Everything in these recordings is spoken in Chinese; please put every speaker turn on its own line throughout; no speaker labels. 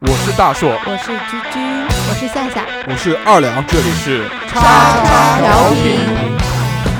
我是大硕，
我是居居，我是夏夏，
我是二两，这里是叉
叉调频。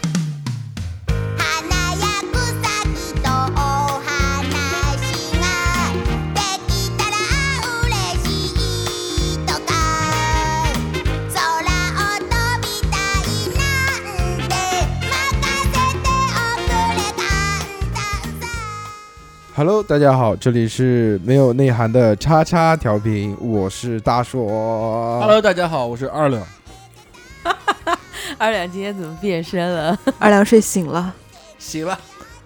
「花や草木とお話ができたら嬉しいとか」「空を飛びたいなんて任せておくれ簡単さ」
Hello，大家好，这里是没有内涵的叉叉调频，我是大硕。
Hello，大家好，我是二两。
二两今天怎么变身了？
二两睡醒了。
行了，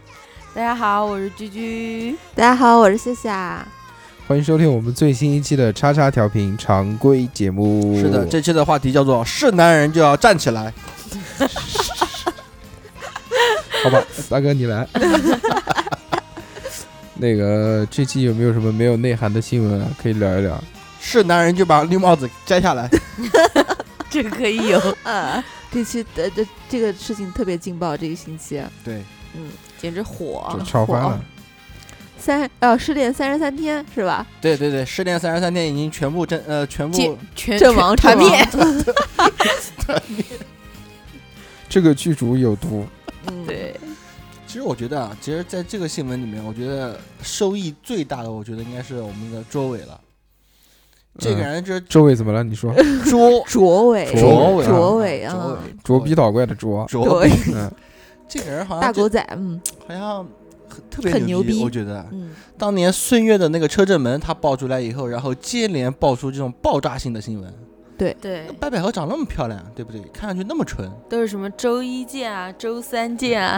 大家好，我是居居。
大家好，我是夏夏。
欢迎收听我们最新一期的叉叉调频常规节目。
是的，这期的话题叫做“是男人就要站起来
好吧，大哥你来。 那个这期有没有什么没有内涵的新闻啊？可以聊一聊。”，
是男人就把绿帽子摘下来。
这个可以有，
呃，这期呃这这个事情特别劲爆，这个星期
对，
简直火
就！吵翻
啊火
了，
三呃失恋三十三天是吧？
对对对，失恋三十三天已经全部真呃全
解
部
全
阵亡
全
阵
团
亡
灭。
这个剧组有毒。
嗯，
对，
其实我觉得啊，其实在这个新闻里面，我觉得收益最大的，我觉得应该是我们的卓伟了。这个
嗯
人就是
周伟怎么了？你说
卓
卓伟，
卓伟
卓伟啊，
卓
捉逼倒怪的捉。
卓
对，
嗯，
这个人好
大
像
狗
就
仔，嗯
好像很特别
很牛逼
我觉得
嗯，
当年孙悦的那个车震门他爆出来以后，然后接连爆出这种爆炸性的新闻。
对，
白百合长那么漂亮，对不对？看上去那么纯，
都是什么周一见啊，周三见 啊，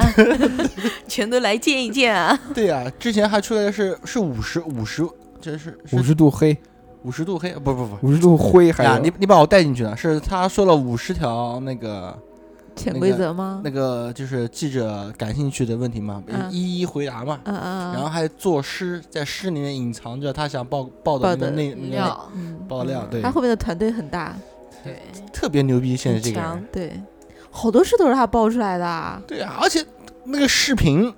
全都来见一见啊。
对呀、之前还出来的是是五十五十，这是
五十度黑，
五十度黑，不不不。
五十度灰，还
呀，
有
你你把我带进去了，是他说了五十条那个
潜规则吗？
那个就是记者感兴趣的问题嘛，
嗯
一一回答嘛，
嗯嗯，
然后还作诗，在诗里面隐藏着他想爆爆的
爆
那个
的
内
饮
那个
料，
嗯，
爆料，对
他，后面的团队很大，
对，
特别牛逼，现在
很
这个人
强，。
对，好多事都是他爆出来的啊。
对啊，而且那个视频，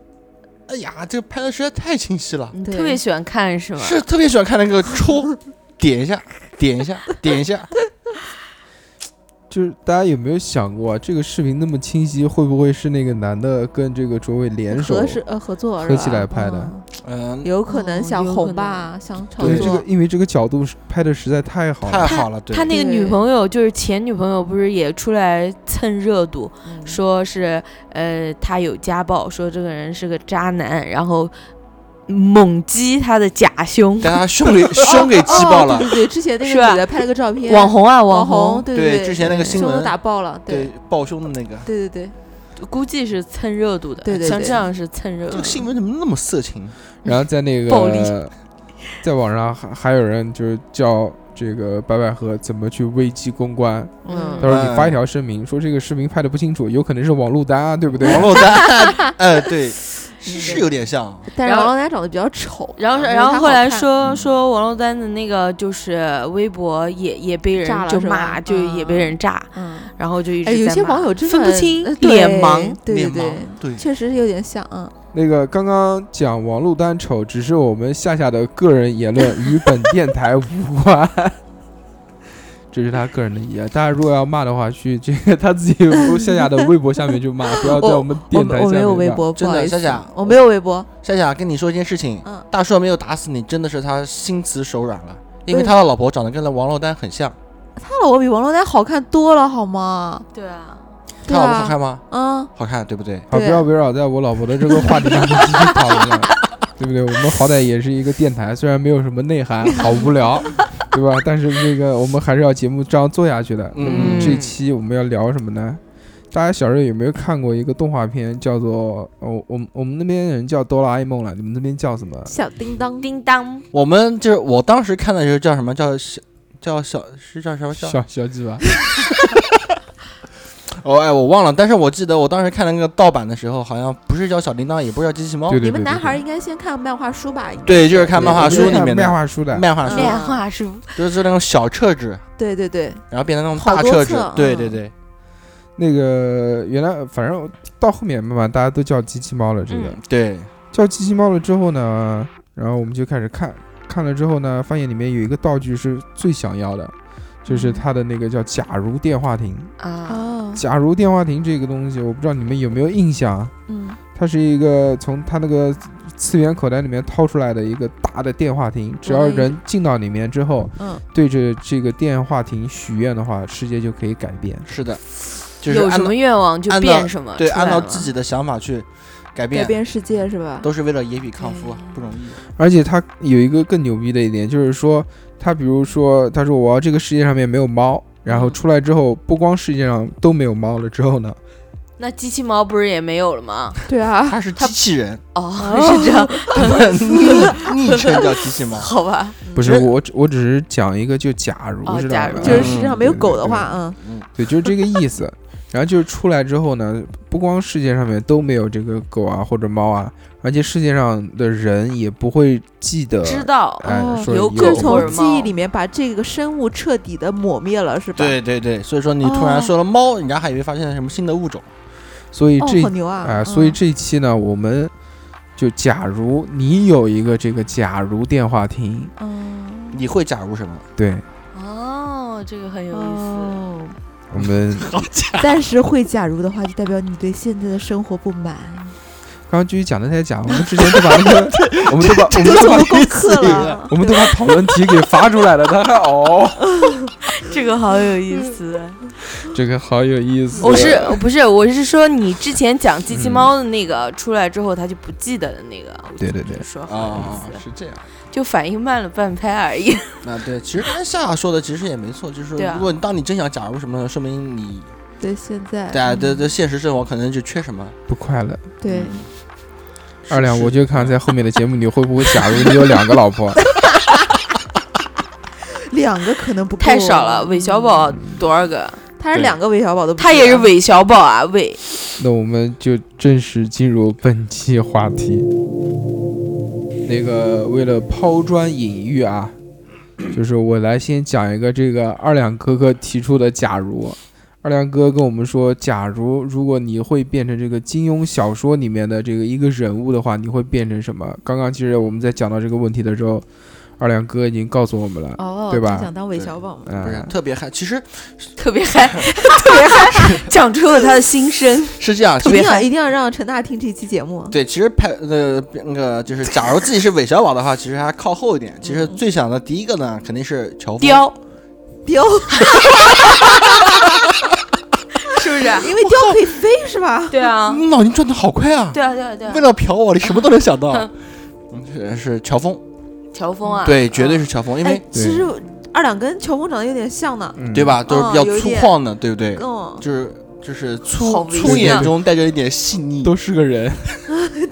哎呀，这拍的实在太清晰了，
你
对
特别喜欢看是吗？
是特别喜欢看那个戳，点一下，点一下，点一下，
就是大家有没有想过、啊，这个视频那么清晰，会不会是那个男的跟这个卓伟联手
合？是呃合作是
合
吧
起来拍的
嗯
嗯，
有可能
哦
想
有
红
可
吧，想炒
对，
作。
这个因为这个角度是拍的实在太好
太
了。
好了，对
他，那个女朋友就是前女朋友，不是也出来蹭热度，
嗯
说是呃他有家暴，说这个人是个渣男，然后猛击他的假胸。
但他胸 给胸给击爆
哦
了
对，对对，之前那
是
个
吧
女的拍了个照片，
网红啊，
网
红，
对
对
对，
之前那个新
胸都
闻
打爆了，
对
对嗯
抱胸的那个，
对对对，
估计是蹭热度的。
对对对
像这样是蹭热
这
度
个。新闻怎么那么色情？
然后在那
暴力
个，在网上还还有人就是教这个白百合怎么去危机公关。
嗯
他说你发一条声明，说这个视频拍的不清楚，有可能是网路单啊，对不对？
王珞 丹，哎，对，是是有点像，
但是
然后
王珞丹长得比较丑，
然后，
没
然
她
后
好
后来
看
说
嗯
说王珞丹的那个就是微博也也被人
炸了
就是
吧
骂，就也被人炸，
嗯，
然后就一直
哎，有
在
些
骂
网友真的
分不清
呃对
脸盲。
对
脸
对对
盲，，对，
确实是有点像啊，
那个刚刚讲王珞丹丑，只是我们夏夏的个人言论，与本电台无关。这是他个人的意见，大家如果要骂的话，去这个他自己 夏夏的微博下面就骂，不要在我们
我
电台下面骂。
我没有微博，不
真的
好意思
夏夏，
我没有微博，
夏夏跟你说一件事情，
嗯
大硕没有打死你，真的是他心慈手软了，因为
对
他的老婆长得跟王珞丹很像，
她老婆比王珞丹好看多了，好吗？
对啊，
他
对
老婆好
啊，
看吗？
嗯，
好看，对不对？
好，不
对
要围绕在我老婆的这个话题上面继续讨论了。对不对？我们好歹也是一个电台，虽然没有什么内涵，好无聊，对吧？但是这个我们还是要节目这样做下去的。
嗯
这期我们要聊什么呢？大家小时候有没有看过一个动画片，叫做哦，我们我们那边人叫哆啦 A 梦了，你们那边叫什么？
小叮当，
叮当，
我们就是我当时看的时候叫什么叫小叫小是叫什么叫
小小鸡吧，
哦哎我忘了，但是我记得我当时看那个盗版的时候，好像不是叫小叮当，也不是叫机器猫
对，对
你
对
们
对
男
对
孩应该先看漫画书吧？应该
对，就是哦看漫画
对
书
对
里面
漫
的
画书的，
漫画书，
嗯
漫画书，
就是那种小册子，
对对对，
然后变成那种
好
大
多
册子
册，
对
嗯
对对，
那个原来反正到后面慢慢大家都叫机器猫了，这个、
嗯
对，
叫机器猫了之后呢，然后我们就开始看，看了之后呢，发现里面有一个道具是最想要的，就是它的那个叫假如电话亭。
啊，
哦，
假如电话亭这个东西，我不知道你们有没有印象，啊？
嗯，
它是一个从它那个次元口袋里面掏出来的一个大的电话亭，只要
我的
人进到里面之后，
嗯，
对着这个电话亭许愿的话，世界就可以改变。
是的，就是
有
按
什
照
么愿望就
按照
变什么，
对
出来
按照
了
自己的想法去改
改
变，
变世界是吧？
都是为了野比康夫
嗯，
不容易。
而且它有一个更牛逼的一点，就是说，它比如说，他说我要这个世界上面没有猫，然后出来之后，不光世界上都没有猫了之后呢，
那机器猫不是也没有了吗？
对啊，
他是机器人，
哦， 是这样，
昵昵称叫机器猫。
好吧，
不
其
是
实
我，我只是讲一个，就假如
嗯哦
知道
假
吧
如
就是世界上没有狗的
对对对
话，嗯，
对，就是这个意思。然后就是出来之后呢，不光世界上面都没有这个狗啊或者猫啊，而且世界上的人也不会记得，
知道，
哎，
哦
说
有
有
狗
就是
或者
从
猫
记忆里面把这个生物彻底的抹灭了，是吧？
对对对，所以说你突然说了猫，人家还以为发现了什么新的物种。
所以
哦
这，
好牛啊！
哎、所以
嗯
这一期呢，我们就假如你有一个这个假如电话亭，
嗯，
你会假如什么？
对
哦，这个很有意思，
哦，
我们
但是会假如的话，就代表你对现在的生活不满。
刚刚继续讲的太假，我们之前都把那 个，我们都把我们都 把
功课
啊
啊
了，
我们都把讨论 题给发出来了，他还哦，
这个好有意
嗯
思。
这个好有意 思。
我是不是我是说你之前讲机
嗯
器猫的那个出来之后，他就不记得的那个，我
对对对
就说好有
啊
意，思，
是这样。
就反应慢了半拍而已。
那对，其实刚才夏夏说的其实也没错，就是
对啊
如果你当你真想假如什么，说明你
对现在，
啊
在的
嗯
的现实生活可能就缺什么。
不快乐。
对，
嗯
是
二两，
是
我就看在后面的节目里会不会，假如你有两个老婆，
两个可能不够
太少了，韦小，宝多少个？
嗯他是
对
两个韦小宝都不止啊，
他也是韦小宝啊，韦。
那我们就正式进入本期话题。那个为了抛砖引玉啊，就是我来先讲一个这个二两哥哥提出的假如。二两哥跟我们说，假如如果你会变成这个金庸小说里面的这个一个人物的话，你会变成什么？刚刚其实我们在讲到这个问题的时候，二两哥已经告诉我们了。
哦，
对吧
就想当韦小宝嘛，
嗯
不是特别嗨。其实
特别 嗨，特别嗨，讲出了他的心声。
是这样，
特
一
别
定
其实
要
嗨
一定要让陈大听这期节目，
对，其实拍呃那个就是，假如自己是韦小宝的话，其实还靠后一点。其实最想的第一个呢，肯定是樵夫。
雕
雕，
是不是？
啊
因为雕可以飞是吧？
对啊，
你嗯脑筋转的好快啊！
对啊，对啊，对啊
为。了嫖我，你什么都能想到。嗯是是乔峰，
乔峰啊，
对，绝对
嗯
是乔峰，因
哎
为，
其实二两跟乔峰长得有点像呢，
嗯
对？吧，都是比
哦
较
有一
粗
点
犷的，对不对？
嗯，
就是就是
好
粗
危
粗
险
眼中带着一点细腻。
都是个人，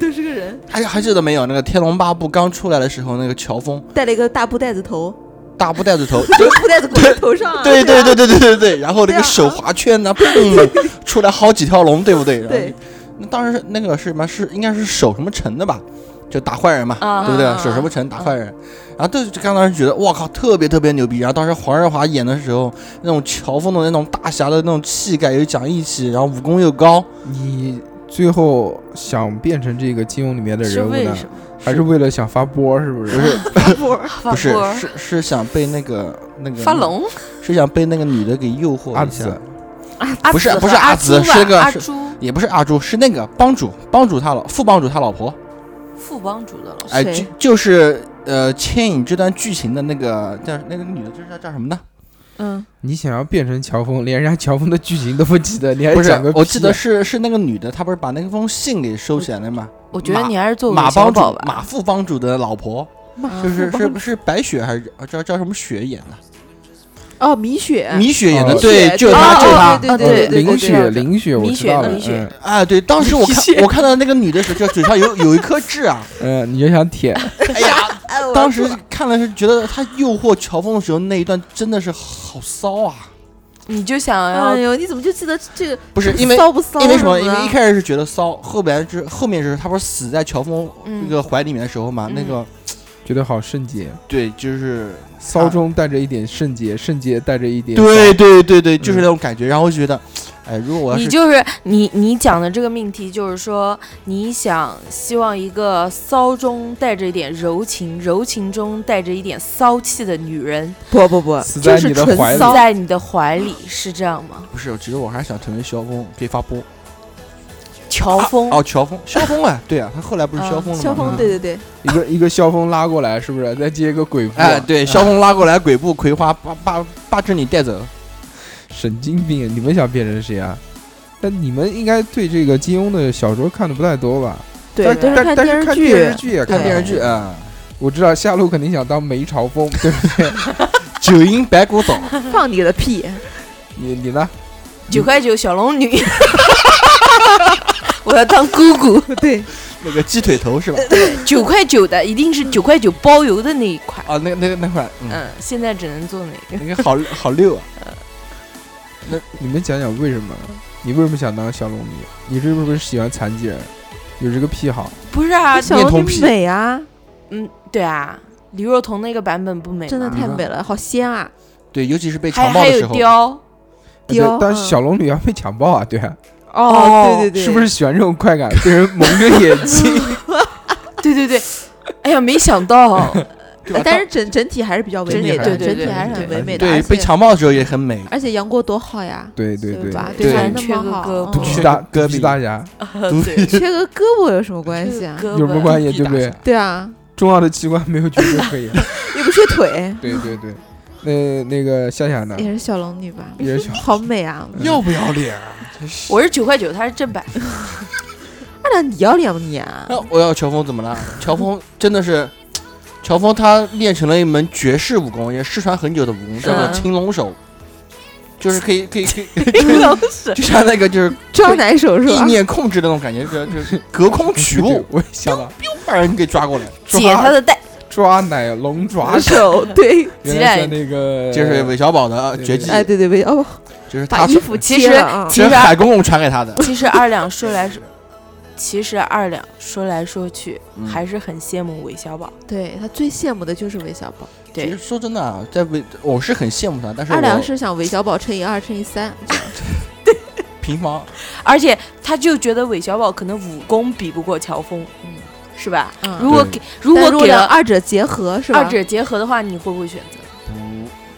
都是个人，
还还记得没有？那个《天龙八部》刚出来的时候，那个乔峰
戴了一个大布袋子头，
大布袋子头，
布袋子裹在头上啊，
对对
对
对对
吧
对对对，然后那
对
个
啊
手划圈呢， 砰，出来好几条龙，对不对？然后
对，
那当时那个是什么？是应该是守什么城的吧？就打坏人嘛，
啊
对不对
啊？
守什么城打坏人，然后就就刚当时觉得哇靠，特别特别牛逼。然后当时黄日华演的时候，那种乔峰的那种大侠的那种气概，又讲义气，然后武功又高，
嗯你最后想变成这个金庸里面的
是
人物
为
呢，
什么？
还是为了想发波？是不
不
是？
是
发
不是
波
是是想被那个那个
发，龙
是想被那个女的给诱惑
阿
一下
紫，
阿
不是
紫
不是
和
阿
阿
紫
朱吧
是个
阿
是
朱
也不是阿朱，是那个帮主帮主他老副帮主他老婆，
副帮主的老师
哎，
谁
就就是呃，牵引这段剧情的那个叫那个女的，就是叫叫什么呢？
嗯，
你想要变成乔峰，连人家乔峰的剧情都不记得，你还
不是
哎讲个，
我记得
屁啊
是是那个女的，她不是把那封信给收起来了吗？
我觉得
马
你还是做
马
韦嗯小
帮主
宝吧，
马副帮主的老婆，就是
马
是是白雪还是啊叫叫什么雪演的？
哦，米雪，
哎
米雪演的，
哦
对，
雪
就
对
她，
哦
就
哦
她。
对对
啊
对对
林
对
雪，
对，
林雪，我
林
知
雪
道了。
林雪
嗯
啊，对，当时我
米
看
雪
我看到那个女的时候，就嘴上有有一颗痣啊，
嗯，你就想舔，
哎呀，
哎我
当时看了是觉得他诱惑乔峰的时候那一段真的是好骚啊！
你就想
哎
要
呦，你怎么就记得这个？
不是因为
骚不骚？
因为什么？因为一开始是觉得骚，后边是后面是他不是死在乔峰那个怀里面的时候嘛，
嗯
那个
觉得好圣洁，
对，就是
骚中带着一点圣
啊
洁，圣洁带着一点
对对对对，就是那种感觉。然后就觉得，哎，如果我要
你
是
就是你你讲的这个命题，就是说你想希望一个骚中带着一点柔情，柔情中带着一点骚气的女人
不不不，
死在你的怀里
骚
在你的怀里，是这样吗？
不是，其实我还是想成为萧峰，可以发波。
乔峰，
哦，乔峰，萧峰啊，对啊，他后来不是萧峰了吗？
萧峰，嗯对对对，
一个一个萧峰拉过来，是不是？再接一个鬼父，
哎，对，萧峰拉过来鬼步葵花，把把把这你带走。
神经病！你们想变成谁啊？但你们应该对这个金庸的小说看的不太多吧？
对，
但
都是
但但
电
是
视
看
剧，
电视剧也
对
看
看电视
剧。
剧啊，
我知道夏洛肯定想当梅超风，对不对？
九阴白骨爪。
放你个屁！
你你呢？
九块九小龙女， 我要当姑姑。
对，
那个鸡腿头是吧？
九块九的一定是九块九包邮的那一款。
啊，那那那块，嗯，
嗯，现在只能做 那个。
那个好好溜啊！
你们讲讲为什么？你为什么想当小龙女？你是不是喜欢残疾人？有这个癖好？
不是啊，
小
面
龙
通
女
屁
美啊，
嗯，对啊，李若彤那个版本不美吗，
真的太美了，好仙啊！
对，尤其是被
还
强暴
还
的
有
时候，
雕，
雕
对但
嗯
是小龙女要被强暴啊，对啊，
哦，对对对，
是不是喜欢这种快感？被人蒙着眼睛，
对对对， 哎呀，没想到，
对吧？
哎但是整整体还是比较唯
整
美
体
的，
还是
整体
对
还是
对
很
对
唯美的。
对
而
被
且
强暴的时候也很 美。
而且杨过多好呀，
对对对，
吧？
对
他那
缺
么
个
好，
胳膊
嗯
独
缺
臂
个
大
胳
独
膊
臂大侠
对，
缺个胳膊有什么关系啊？
有什么关系？
屁
对
大
呃不对
侠？
对啊，
重要的器官没有绝对可以啊。
也不缺腿，
对对对，那那个夏夏 呢？
也是小龙女吧？
也是小
好美啊！
要不要脸啊？ 真是
我是九块九，他是正版，
二两你要脸不你啊？
那我要乔峰怎么了？乔峰真的是，乔峰他练成了一门绝世武功，也失传很久的武功，叫做
嗯
青龙手，就是可以可以可以，
都是
就像那个 就是
招奶手是
意
吧？
念控制的那种感觉，就是就是隔空取
对
物，
我也 想到
把人给抓过来。
解他
抓
的带，
抓奶龙 爪手，
手对，
原来是那个
就是韦小宝的绝技，
哎对对对，哦，
就是他
把衣服
其
切了啊！
其
这
实
是海公公传给他的。
其实二两说来说，其实二两说来说去，
嗯
还是很羡慕韦小宝。
对他最羡慕的就是韦小宝，
其实
对，
说真的啊，在韦我是很羡慕他，但是
二两
我
是想韦小宝乘以二乘以三，
平房
而且他就觉得韦小宝可能武功比不过乔峰，嗯，是吧？
嗯
如果
对
给如
但
果
如
给
两
了
二者结合是吧？
二者结合的话，你会不会选择？
不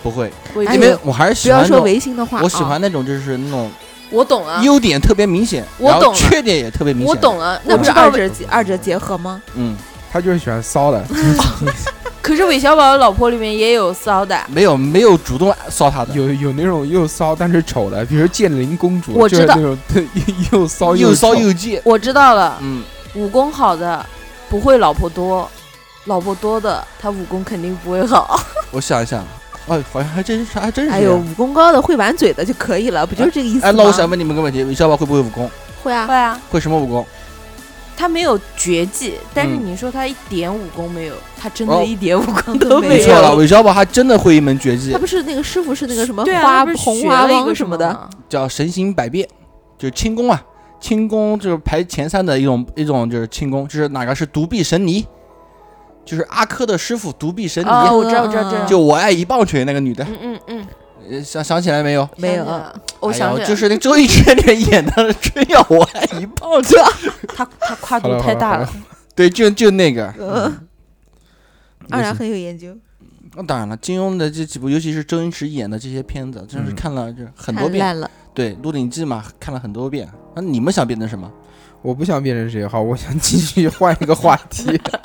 不会，
我
哎
因
呦
为我还是
不
喜
要
欢那
说
种，
违心的话，
我喜
啊
欢那种就是那种
我懂了，
优点特别明显，
我
然后
懂了
缺点也特别明显。
我懂，了。
那
我
不
知
是
道
二
韦，
者结二者结合吗？
嗯，
他就是喜欢骚的，
可是韦小宝的老婆里面也有骚的，
没有没有主动骚他的，
有有那种又骚但是丑的，比如剑灵公主，
我知道
就是那种 又骚
又
丑
骚又贱，
我知道了。
嗯，
武功好的不会老婆多，老婆多的他武功肯定不会好。
我想一想，哎，好像还真是还真是。
哎呦，，啊武功高的会玩嘴的就可以了，不就是这个意思吗？
哎，那我想问你们个问题：韦小宝会不会武功？
会啊，
会啊，
会什么武功？
他没有绝技，但是
嗯
你说他一点武功没有，他真
哦
的一点武功
都
都
没
没
你
有
错了，
有。
韦小宝还真的会一门绝技
他，不是那个师傅是那个什么
对啊，
花
他不是
红
学
花
了一
帮
个
什
么
么的，
吗，
叫神行百变，就是轻功啊。轻功就是排前三的一种一种就是轻功，就是哪个是独臂神尼，就是阿珂的师傅独臂神尼，
哦，我知道，我知道，知道。
就我爱一棒槌那个女的，
嗯嗯嗯，
呃想想起来没有？
没有
想起来了，我想
哎
起
呦
来，
就是那周一圈圈演的《真要我爱一棒槌》，
他他跨
好
度
了
太大
好了
了。
对，就就那个。
嗯，二两很有研究，
那当然了，金庸的这几部，尤其是周星驰演的这些片子，真是
嗯
看了就很
太
多遍。
烂了，
对，《鹿鼎记》嘛，看了很多遍。那你们想变成什么？
我不想变成谁，好，我想继续换一个话题。啊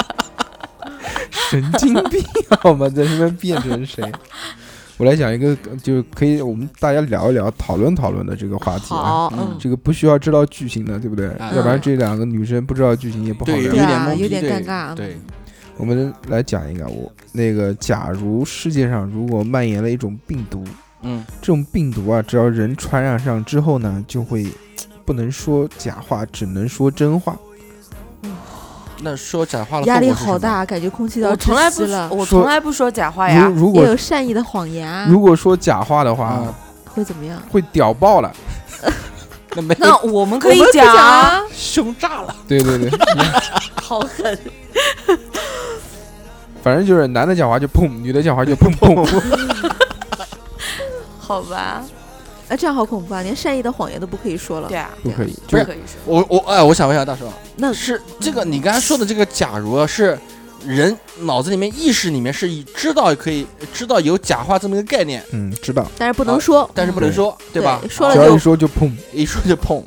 神经病，好吗？在那边变成谁？我来讲一个，呃就是可以我们大家聊一聊、讨论讨论的这个话题啊。
好，
嗯
嗯，
这个不需要知道剧情的，对不对？
啊
要不然这两个女生不知道剧情也不好
对
对
聊。
啊，
有
有
点
点
懵逼
尴尬，
对，
我们来讲一个，我那个，假如世界上如果蔓延了一种病毒，
嗯
这种病毒啊，只要人传染上之后呢，就会不能说假话，只能说真话。
那说假话的
压力
后果是
好
什么，
大，感觉空气都要
我从
窒
来
息
不
了，
我
说
从来不说假话呀
如。如
也
果
有善意的谎言啊，
如果说假话的话，
啊
会怎么样？
会屌爆了。
那没
那我们可
我
以
们不
讲
讲
啊，
啊，
凶炸了，
对对 对，
好狠，
反正就是男的讲话就砰，女的讲话就 砰砰。
好吧？
啊，这样好恐怖啊！连善意的谎言都不可以说了
对，啊，
不可以，
不
就
可以说。
我我哎，我想问一下大叔，
那
是这个你刚才说的这个，假如啊是人脑子里面意识里面是以知道可以知道有假话这么一个概念，
嗯，知道，
但是不能说，
啊
嗯
但是不能
对
说，对吧？
说了
只要
就
一说就砰。
一说就碰，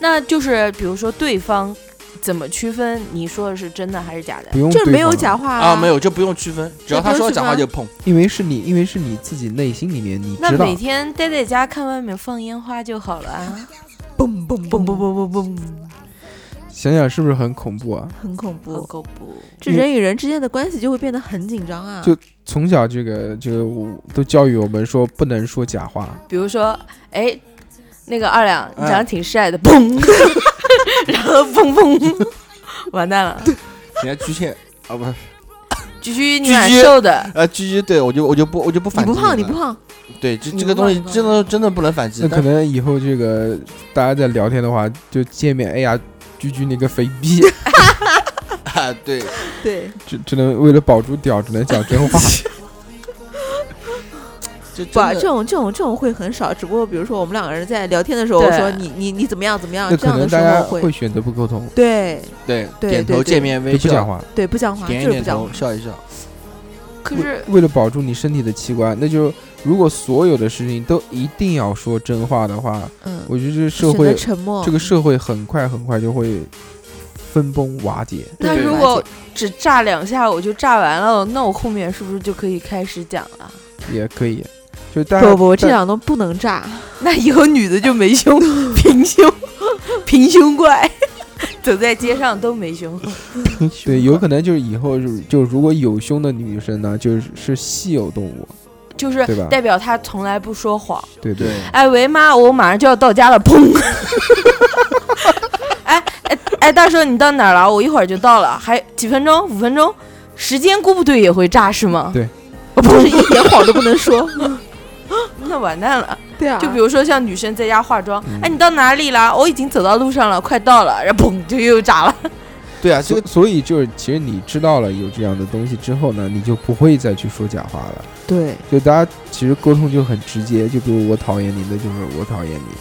那就是比如说对方怎么区分你说的是真的还是假的
不？用
就是
对
没有
方
假话
啊，没，有就不用区分，只要他说假话
啊
就碰。
因为是你，因为是你自己内心里面你
那
知道
每，天待在家看外面放烟花就好了啊！
嘣嘣
嘣嘣
嘣嘣嘣，
嘣嘣嘣，
想想是不是很恐怖啊？
很恐
不
怖。
够不，
这人与人之间的关系就会变得很紧张啊！
就从小这个这个我都教育我们说不能说假话，
比如说，哎，那个二两，你
哎
长得挺帅的，砰，然后砰砰，完蛋了，
人家巨蟹啊，不是，
居居你
居
蛮
居
瘦的，
呃，巨蟹对我就我就不我就不
你
反击
不胖，
了
你不胖，
对这
你
这个
不
东
胖
西
你不
真的真的不能反击
那，可
但
能以后这个大家在聊天的话，就见面，哎呀，居居你个肥逼，
啊对，
对，
只只能为了保住屌，只能讲真话。
这
不啊，
真的
这种这种这种会很少。只不过比如说我们两个人在聊天的时候，我
对
说你你你怎么样怎么样
那，
这
可
样的
能
时
大家
候
会选择不沟通，
对
对
对
点
对
头
对
见面微
就不讲
笑，
话。
对不讲话，
点一
就是不
点
讲
头
话。
笑一笑，
可是
为了保住你身体的器官，那就如果所有的事情都一定要说真话的话，
嗯，
我觉得这个社
选择
会
沉默
这。个社会很快很快就会分崩瓦解。
那
对
如
了
果只炸两下我就炸完了，那我后面是不是就可以开始讲了？
也可以，就大家
不不，这
大
两种不能炸，
那以后女的就没胸， 平胸，平胸怪， 走在街上都没胸。
对，有可能就是以后就是就如果有胸的女生呢，就是是稀有动物，
就是
对吧
代表他从来不说谎。
对
对，
哎喂妈，我马上就要到家了，砰！ 哎哎哎，大叔你到哪儿了？我一会儿就到了，还几分钟？五分钟？时间估不对也会炸是吗？
对
哦，
就
不
是
是，
一点谎都不能说。
那完蛋了。
对啊，
就比如说像女生在家化妆，
嗯
哎，你到哪里了？我已经走到路上了，快到了，然后砰就又炸了。
对啊，这
所
个
所以就是其实你知道了有这样的东西之后呢，你就不会再去说假话了。
对，
就大家其实沟通就很直接，就比如我讨厌你，那就是我讨厌你。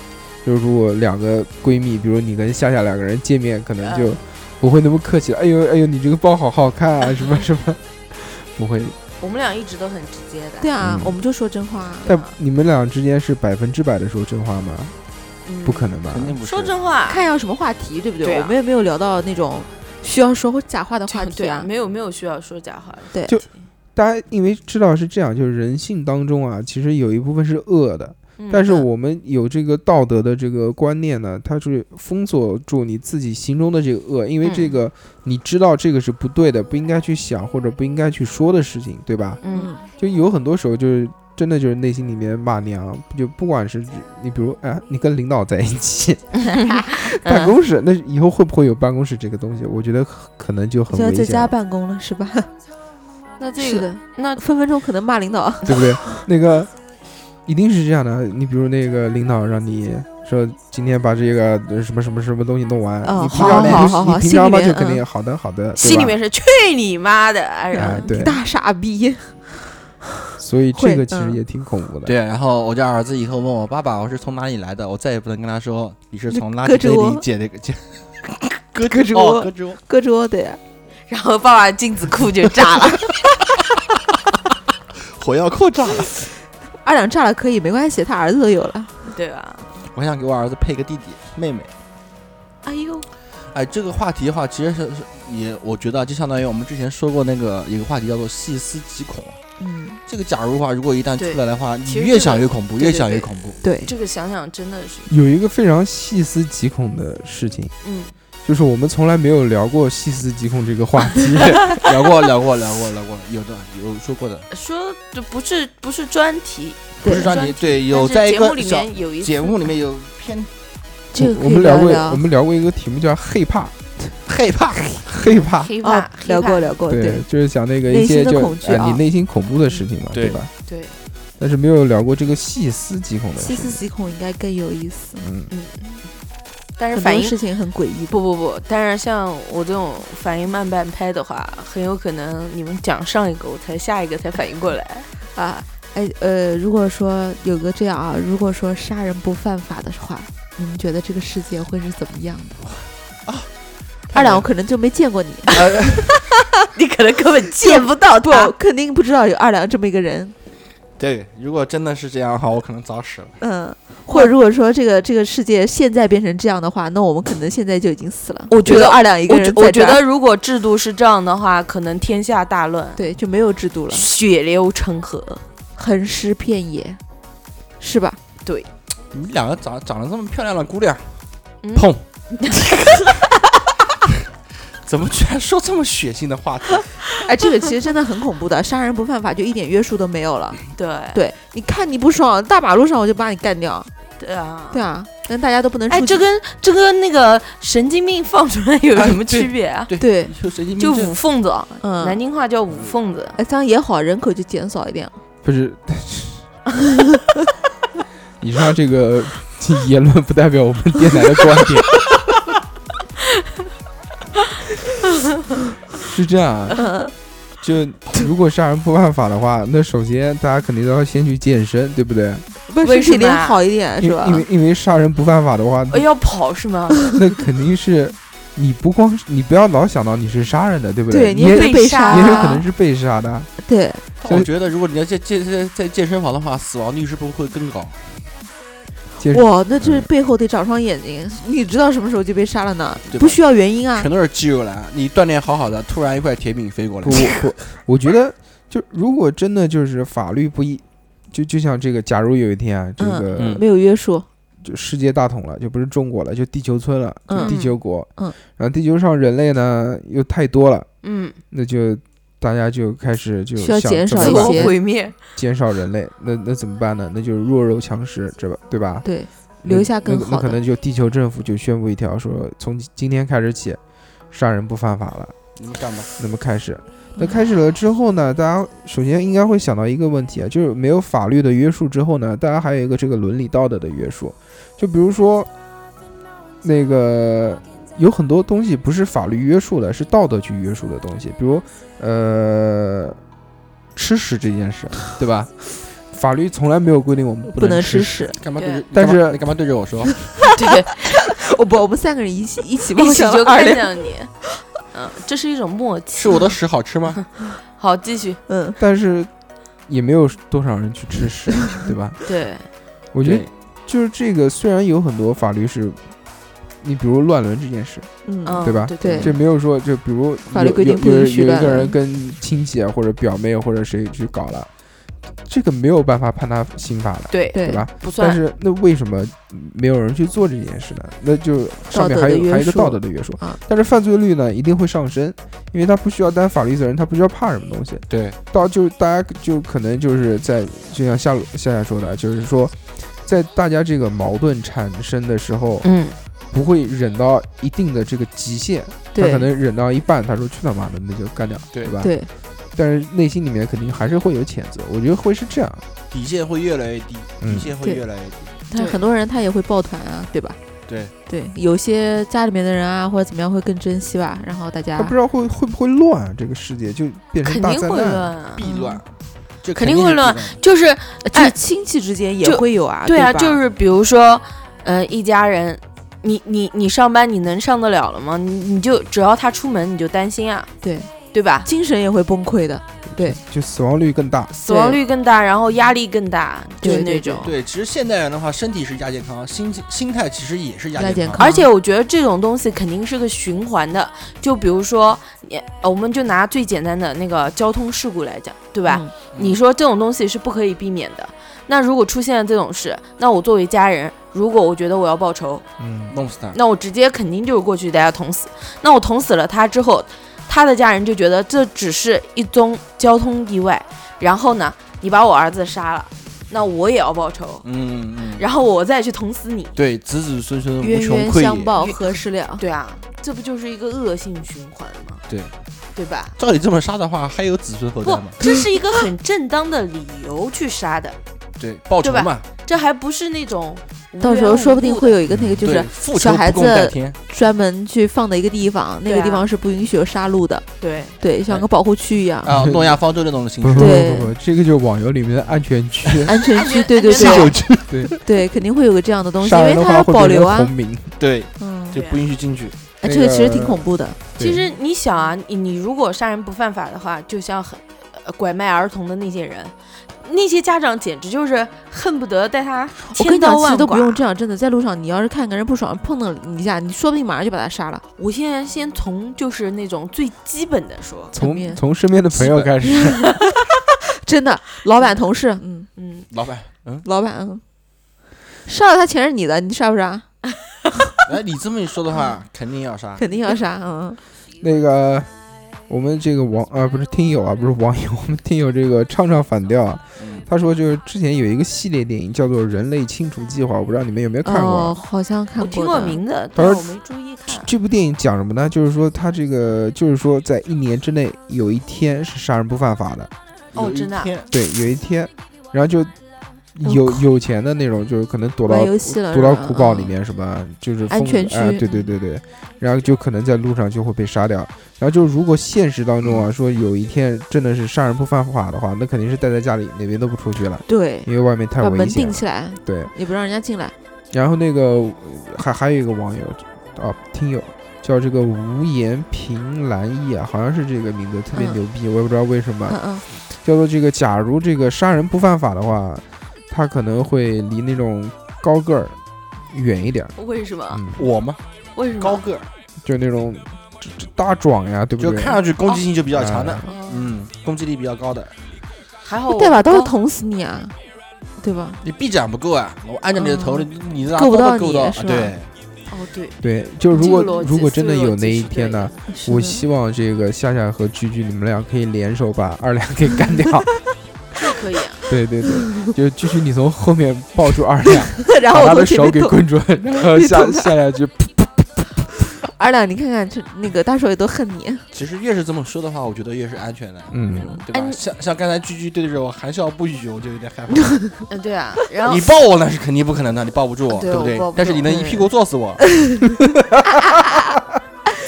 就是如果两个闺蜜，比如你跟夏夏两个人见面，可能就不会那么客气了。哎呦哎呦，你这个包好好看啊，什么什么，不会。
我们俩一直都很直接的，
对啊
嗯，
我们就说真话啊。
但你们俩之间是百分之百的说真话吗？
嗯
不可能吧？
肯定不是
说真话。
看要什么话题，对不
对
对？
啊
我们也没有聊到那种需要说假话的话
对
题
啊
啊，。
没有没有需要说假话的。
对
就大家因为知道是这样，就是人性当中啊，其实有一部分是恶的，
嗯
但是我们有这个道德的这个观念呢，它是封锁住你自己心中的这个恶，因为这
嗯
个你知道这个是不对的，不应该去想或者不应该去说的事情，对吧？
嗯，
就有很多时候就是真的就是内心里面骂娘，就不管是你比如哎，你跟领导在一 起，办公室那以后会不会有办公室这个东西？我觉得可能就很
现在
危
在
险
家
了，
办公了是吧？
那这
是
个
的，
那
分分钟可能骂 领导。
对不对？那个一定是这样的。你比如那个领导让你说今天把这个呃什么什么什么东西弄完，
哦
你平
好
常嘛
好
就
好
你
好
平常嘛
心
就
里面嗯
肯定好的好的，对
心
吧
里面是去你妈的，哎呀
哎，对，
大傻逼，
所以这
会
个其实
嗯
也挺恐怖的。
对，然后我家儿子以后问我爸爸我是从哪里来的，我再也不能跟他说你是从垃
胳
圾
肢
堆里
窝
捡这个 捡。
胳肢
哦，
窝
胳肢窝，
胳肢窝对，
然后爸爸镜子库就炸 了。
火药扩炸了。
二两炸了可以没关系，他儿子都有了。
对吧？
我想给我儿子配个弟弟妹妹。
哎呦，
哎，这个话题的话，其实是是也，我觉得啊就相当于我们之前说过那个有个话题叫做细思极恐啊，
嗯，
这个假如话，如果一旦出
对
来的话，你
其实
越
这
想
个
越恐怖，
对
越
对
想越
对
恐怖。
对，
这个想想真的是，
有一个非常细思极恐的事情，
嗯，
就是我们从来没有聊过细思极恐这个话题。
聊过，聊过，聊过，聊过，有的有说过的，
说这不是不是专题，
不是
专
专题，
题
对，
但
有
是
在一
节目
个
里
小
面有一
节目里面有偏
这个
我
可
我
以
们聊
一
过，
聊
我们聊过一个题目叫害 怕，
害怕，
害怕。
黑怕
哦
啊，聊过聊过，
对
对，，
就是讲那个
内
一些
心的
就
恐惧
哎
啊
你内心恐怖的事情嘛，
对
对吧？
对，
但是没有聊过这个细思极恐的事
细思
情。
极恐应该更有意思，
嗯，
但是
很
反
多
应
事情很诡异，
不不不，但是像我这种反应慢半拍的话，很有可能你们讲上一个，我才下一个才反应过来。
啊，哎呃，如果说有个这样啊，如果说杀人不犯法的话，你们觉得这个世界会是怎么样的？二两，我可能就没见过你，
你可能根本见不到
不，肯定不知道有二两这么一个人。
对，如果真的是这样的话，我可能早死了。
嗯，或者如果说这个这个世界现在变成这样的话，那我们可能现在就已经死了。
我觉得
只有二两一个
我
人
觉
在
我觉
这儿
得，如果制度是这样的话，可能天下大乱，
对，就没有制度了，
血流成河。
横尸遍野，是吧？
你们两个长长得这么漂亮的姑娘，
嗯
碰， 怎么居然说这么血腥的话题？
哎，这个其实真的很恐怖的，杀人不犯法就一点约束都没 有了。
对
对，你看你不爽，大马路上我就把你干掉。
对啊
对。啊，但大家都不能出
哎，
去。
这跟这跟那个神经病放出来有
哎
什么
对
区别啊？
对
对，
就神经
就
病症
五凤子啊，
嗯
南京话叫五凤子。
哎，这样也好，人口就减少一点。
不是。以上这个言论不代表我们电台的观点。 是这样啊，
嗯，
就如果杀人不犯法的话，那首先大家肯定都要先去健身，对不对？
不是
为
身
什
体
么
得
啊
好一点
因
是
为
吧？
因为因为杀人不犯法的话，
哎，要跑是吗？
那肯定是你不光是你不要老想到你是杀人的，对不
对，
你
也
也
会
被
被
杀
也有
啊
可能是被杀的。
对，
但我觉得，如果你要健健在在健身房的话，死亡率是不是会更高？
健身
哇，那这背后得长双眼睛，你知道什么时候就被杀了呢？
对吧
不需要原因啊
全，都是肌肉男，你锻炼好好的，突然一块铁饼飞过来
不，不，我觉得就如果真的就是法律不一，就就像这个，假如有一天啊，这
嗯
个、
嗯
没有约束。
就世界大同了，就不是中国了，就地球村了，就
嗯
地球国，
嗯
然后地球上人类呢又太多了，
嗯，
那就大家就开始就
需要
想
减
怎么
少
自
一
办
我
些
毁灭。
减少人类，那那怎么办呢？那就是弱肉强食，这吧对吧？
对，
那
留下更
那
好
那可
的
能就地球政府就宣布一条说，从今天开始起，杀人不犯法了。
你们干吧。
那么开始，
嗯
那开始了之后呢，大家首先应该会想到一个问题啊，就是没有法律的约束之后呢，大家还有一个这个伦理道德的约束。就比如说，那个有很多东西不是法律约束的，是道德去约束的东西，比如呃，吃屎这件事， 对吧？法律从来没有规定我们
不能
能
吃
吃。
屎。
干嘛对
对
着？
但
你干嘛
是
你干嘛对着我 说？
对，
哦不，我们三个人一起一 起
一
梦
起
想
就
二
看
两。
向你。嗯，这是一种默契。
是我的屎好吃吗？
好，继续。
嗯，
但是也没有多少人去吃屎，对吧？
对，
我觉得
对，
就是这个，虽然有很多法律是，你比如乱伦这件事，
嗯
嗯，
对吧
对
对
这没有说就比如
法律
有
规定
有
不
有
允许
有一
乱
个
伦
人跟亲戚啊或者表妹或者谁去搞了，这个没有办法判他刑法的，
对，
对
对
吧？
不
但
算。
是那为什么没有人去做这件事呢？那就上
道
面
德的
还有
约
还有一个
束
道德的约束
啊，
但是犯罪率呢一定会上升，因为他不需要担法律责任，他不需要怕什么东西。
对，
到就大家就可能就是在就像夏夏夏说的，就是说，在大家这个矛盾产生的时候，
嗯，
不会忍到一定的这个极限，他
对
可能忍到一半，他说去他妈的，那就干掉，
对
吧？
对，
但是内心里面肯定还是会有谴责，我觉得会是这样，
底线会越来越低，
嗯
底线会
对
越来越低。
但是很多人他也会抱团啊，对吧？
对
对，有些家里面的人啊，或者怎么样会更珍惜吧。然后大家
他不知道会会不会乱啊，这个世界就变成
肯
大
定
灾
会
难了。
乱啊。
必乱，这
肯定会
是必
乱。就是
就是
哎
亲戚之间也
就
会有啊，
对啊，
吧
就是比如说，呃，一家人，你你你上班你能上得了了吗？你你就只要他出门你就担心啊，
对
对吧？
精神也会崩溃的。对，
就死亡率更大。
死亡率更大，然后压力更大，就是
对对嗯
那种。
对，其实现代人的话，身体是亚健康，心心态其实也是亚
亚健
康。
康
而且我觉得这种东西肯定是个循环的，就比如说，你呃我们就拿最简单的那个交通事故来讲，对吧？
嗯
你说这种东西是不可以避免的。那如果出现了这种事，那我作为家人，如果我觉得我要报仇，
嗯，
弄死他，
那我直接肯定就是过去大家捅死。那我捅死了他之后，他的家人就觉得这只是一宗交通意外，然后呢，你把我儿子杀了，那我也要报仇，
嗯嗯，
然后我再去捅死你。
对，子子孙孙无
冤
穷
冤
匮
相
也。
报何时了？
对啊，这不就是一个恶性循环吗？
对，
对吧？
照你这么杀的话，还有子孙后代
不
吗？，
这是一个很正当的理由去杀的，
对，报仇
对吧
嘛，
这还不是那种无
到时
缘
候
无
说不定
故
会有一个那个，就
对
是
复
小
仇
孩
不共
子
戴 天。
专门去放的一个地方，那
对
个
啊
地方是不允许有杀戮的，
对
对，
哎
像个保护区一样，
啊，诺亚方舟那种的形
不不
式，
不
对
不不，这个就是网游里面的安全区，
安全区，对对
安
稀
全
有
对
区，
对，肯定会有个这样的 东西，因
杀
为
人的
它
话
要
会
保
变
留
成
啊
红，名。
对，
嗯，
就不允许进去。
哎
那
这个其实
个
挺恐怖的，
其
对
实你想啊，你你如果杀人不犯法的话，就像很、呃拐卖儿童的那些人，那些家长简直就是恨不得带他
我跟
千
你讲，
刀
其
万剐。
实都不用这样，真的，在路上你要是看个人不爽，碰到你一下，你说不定马上就把他杀了。
我现在先从就是那种最基本的说，
层
从
面
从身边的朋友开始，
真的，老板、同事，嗯，
嗯，
老板，
老板，嗯，杀了他钱是你的，你杀不杀？
哎，你这么一说的 话，肯定要杀。
肯定要杀，嗯，
那个我们这个网啊，不是听友啊，不是网友，我 们听友这个唱唱反调啊，
嗯
他说就是之前有一个系列电影叫做《人类清除计划》，我不知道你们有没有看过啊。
哦，好像看
我
过的，
听过名字，
他
但
说
我没注意看。
这部电影讲什么呢？就是说，他这个就是说，在一年之内有一天是杀人不犯法的，
哦真的啊
有一天
对，有一天，然后就
我
有
靠
有钱的那种，就是可能躲到
玩游戏了嗯
躲到
是吧
古堡里面，什么就是
啊安
疯
全区
哎对对对对，然后就可能在路上就会被杀掉。然后就如果现实当中啊，说有一天真的是杀人不犯法的话，那肯定是待在家里，哪边都不出去了，
对，
因为外面太
把
危
门
险
定
了。啊
起来，
对，
也不让人家进来。
然后那个还还有一个网友啊，听友叫这个无言凭栏意啊，好像是这个名字特别
嗯
牛逼，我也不知道为什么，
嗯嗯，
叫做这个假如这个杀人不犯法的话，他可能会离那种高个儿远一点儿，
为什么？
嗯，
我吗？
为什么？
高个儿，
就那种这这大壮呀，对不
就
对？
看上去攻击性就比
比
较强
啊
的，
哦
嗯，攻击力比较高的。
还好
不
我
对吧？到时候
高
捅死你啊，嗯对吧？
你臂展不够啊，我按着你的头，
嗯
你你哪
够不
都
到
够
你
到啊
是吧
对，
哦，对，
对，就如果
这个逻辑
如果真的
思路
有
逻
那
辑
一
是
天
对
呢
的，
是
我
的
希望这个夏夏和居居你们俩可以联手把二两给干掉。
这可以啊。
对对对，就继续你从后面抱住二两，
然后
把
我从
他的
前
手
面
给
捅
滚准，然后
你
下
懂的
下下去，
二两，你看看这那个大手也都恨 你，
其实越是这么说的话，我觉得越是安全的，
嗯，
对吧？
安
像像刚才居居对着我含笑不语，我就有点害怕。
嗯，对啊。
哦
然后
你抱我那是肯定不可能的，你抱不住我，
对
不对
我抱不？住
但是你能一屁股坐死我，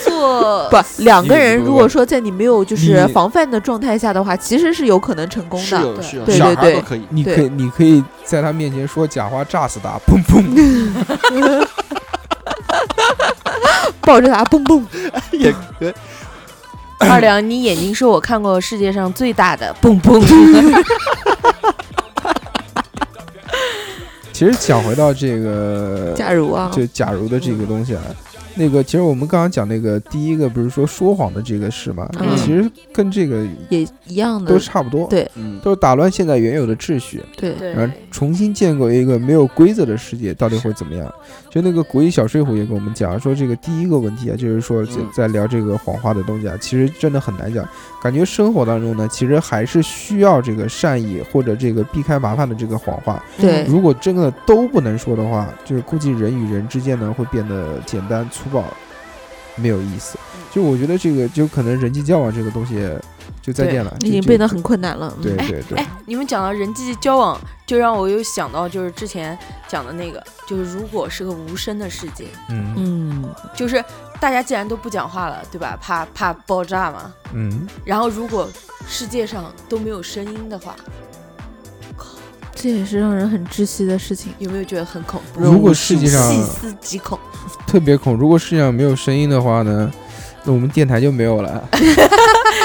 做
不，两个人
不
如果说在你没有就是
你
防范的状态下的话，其实是有可能成功
是
嗯的。
有是有，
对
小
对
孩
对
都可以。
你
对
可以你可以在他面前说假话炸死他，砰砰，
抱着他，蹦蹦，
也可以
二两，你眼睛是我看过世界上最大的，蹦蹦。
其实讲回到这个
假如啊，
就假如的这个东西啊，那个其实我们刚刚讲那个第一个不是说说谎的这个事嘛，
嗯
其实跟这个
也一样的
都，差不多，
对
嗯，
都是打乱现在原有的秩序，
对，
然后重新建构一个没有规则的世界，到底会怎么样？就那个国一小睡虎也跟我们讲说，这个第一个问题啊，就是说在
嗯
在聊这个谎话的东西啊，其实真的很难讲。感觉生活当中呢，其实还是需要这个善意或者这个避开麻烦的这个谎话。
对
如果真的都不能说的话，就是估计人与人之间呢会变得简单粗暴，没有意思。
嗯
就我觉得这个就可能人际交往这个东西就再见了，
已经
就
变得很困难了。嗯
对对对
哎，你们讲到人际交往，就让我又想到就是之前讲的那个，就是如果是个无声的世界，
嗯
嗯，
就是大家既然都不讲话了，对吧？怕怕爆炸嘛。
嗯，
然后如果世界上都没有声音的话，
这也是让人很窒息的事情。
有没有觉得很恐怖？
如果世界上
细思极恐。
特别恐，如果世界上没有声音的话呢，那我们电台就没有了。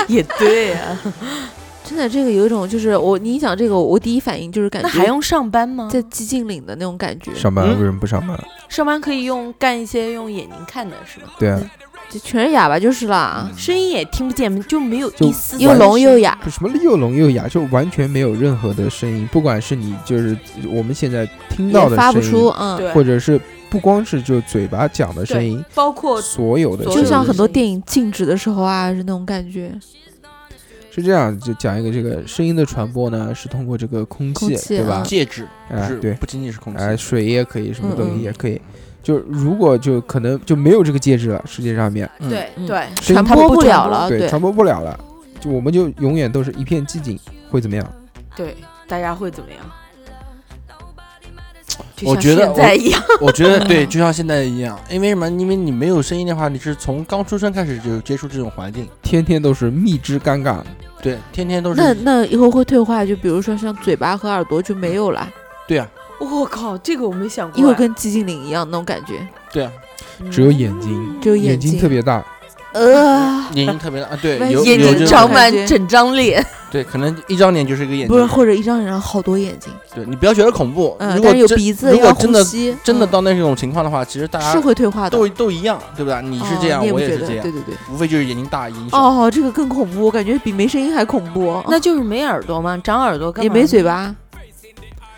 也对啊，
真的，这个有一种就是我，你一讲这个，我第一反应就是感
那
觉
还用上班吗？
在寂静岭的那种感觉，
上班
嗯
为什么不上班？
上班可以用干一些用眼睛看的是吗？
对啊，
嗯就全是哑巴就是啦，
声音也听不见，就没有
就
一
嗯
丝
嗯又
的
聋又
声
哑。
什么又聋又哑，就完全没有任何的声音，不管是你就是我们现在听到
也
的
发不
声音，
出，嗯，
对，
或者是不光是就嘴巴讲的声音，
包括
所有的
所有
就
声音
像很多电影静止的时候啊，是那种感觉，
是这样，就讲一个这个声音的传播呢，是通过这个空气，
空气
对吧
嗯？
戒指不
哎
是
对
不仅仅是空气
哎，，水也可以，什么
嗯
东西也可以。就如果就可能就没有这个介质了，世界上面
嗯
对
嗯
对，
声音
传播不了
传
了，
对，
对，
传播不了了，就我们就永远都是一片寂静，会怎么样？
对，大家会怎么样？就
我
像
觉得
现在一样，
我觉
嗯
得对，就像现在一样，因为什么？因为你没有声音的话，你是从刚出生开始就接触这种环境，
天天都是蜜汁尴尬，
对，天天都
那
是，
那以后会退化，就比如说像嘴巴和耳朵就没有了，
对啊，
我靠，这个我没想过哎。
以后跟寂静岭一样那种感觉，
对啊，
只有眼睛，
只有
眼
睛
睛特别大，
呃，
眼睛特别大啊，对，
那
有
眼
有
睛
这
长
种，
满
感觉
整张脸，
对，可能一张脸就是一个眼睛，
不是，或者一张脸上好多眼睛，
对你不要觉得恐怖，
嗯，
如
但
果
是有
真
鼻子，
如
又
果
要
真
呼
的
吸，
真的
嗯
到那种情况的话，其实大
是
家
会退化的，
都都一样，对吧？你是这
哦
样，
你
我
也
也
不
是
觉
这
得，
样
对，对对。
无非就是眼睛大，眼睛小。
哦，这个更恐怖，我感觉比没声音还恐怖。 嗯
那就是没耳朵吗？长耳朵干
也
嘛
没
呢
嘴巴，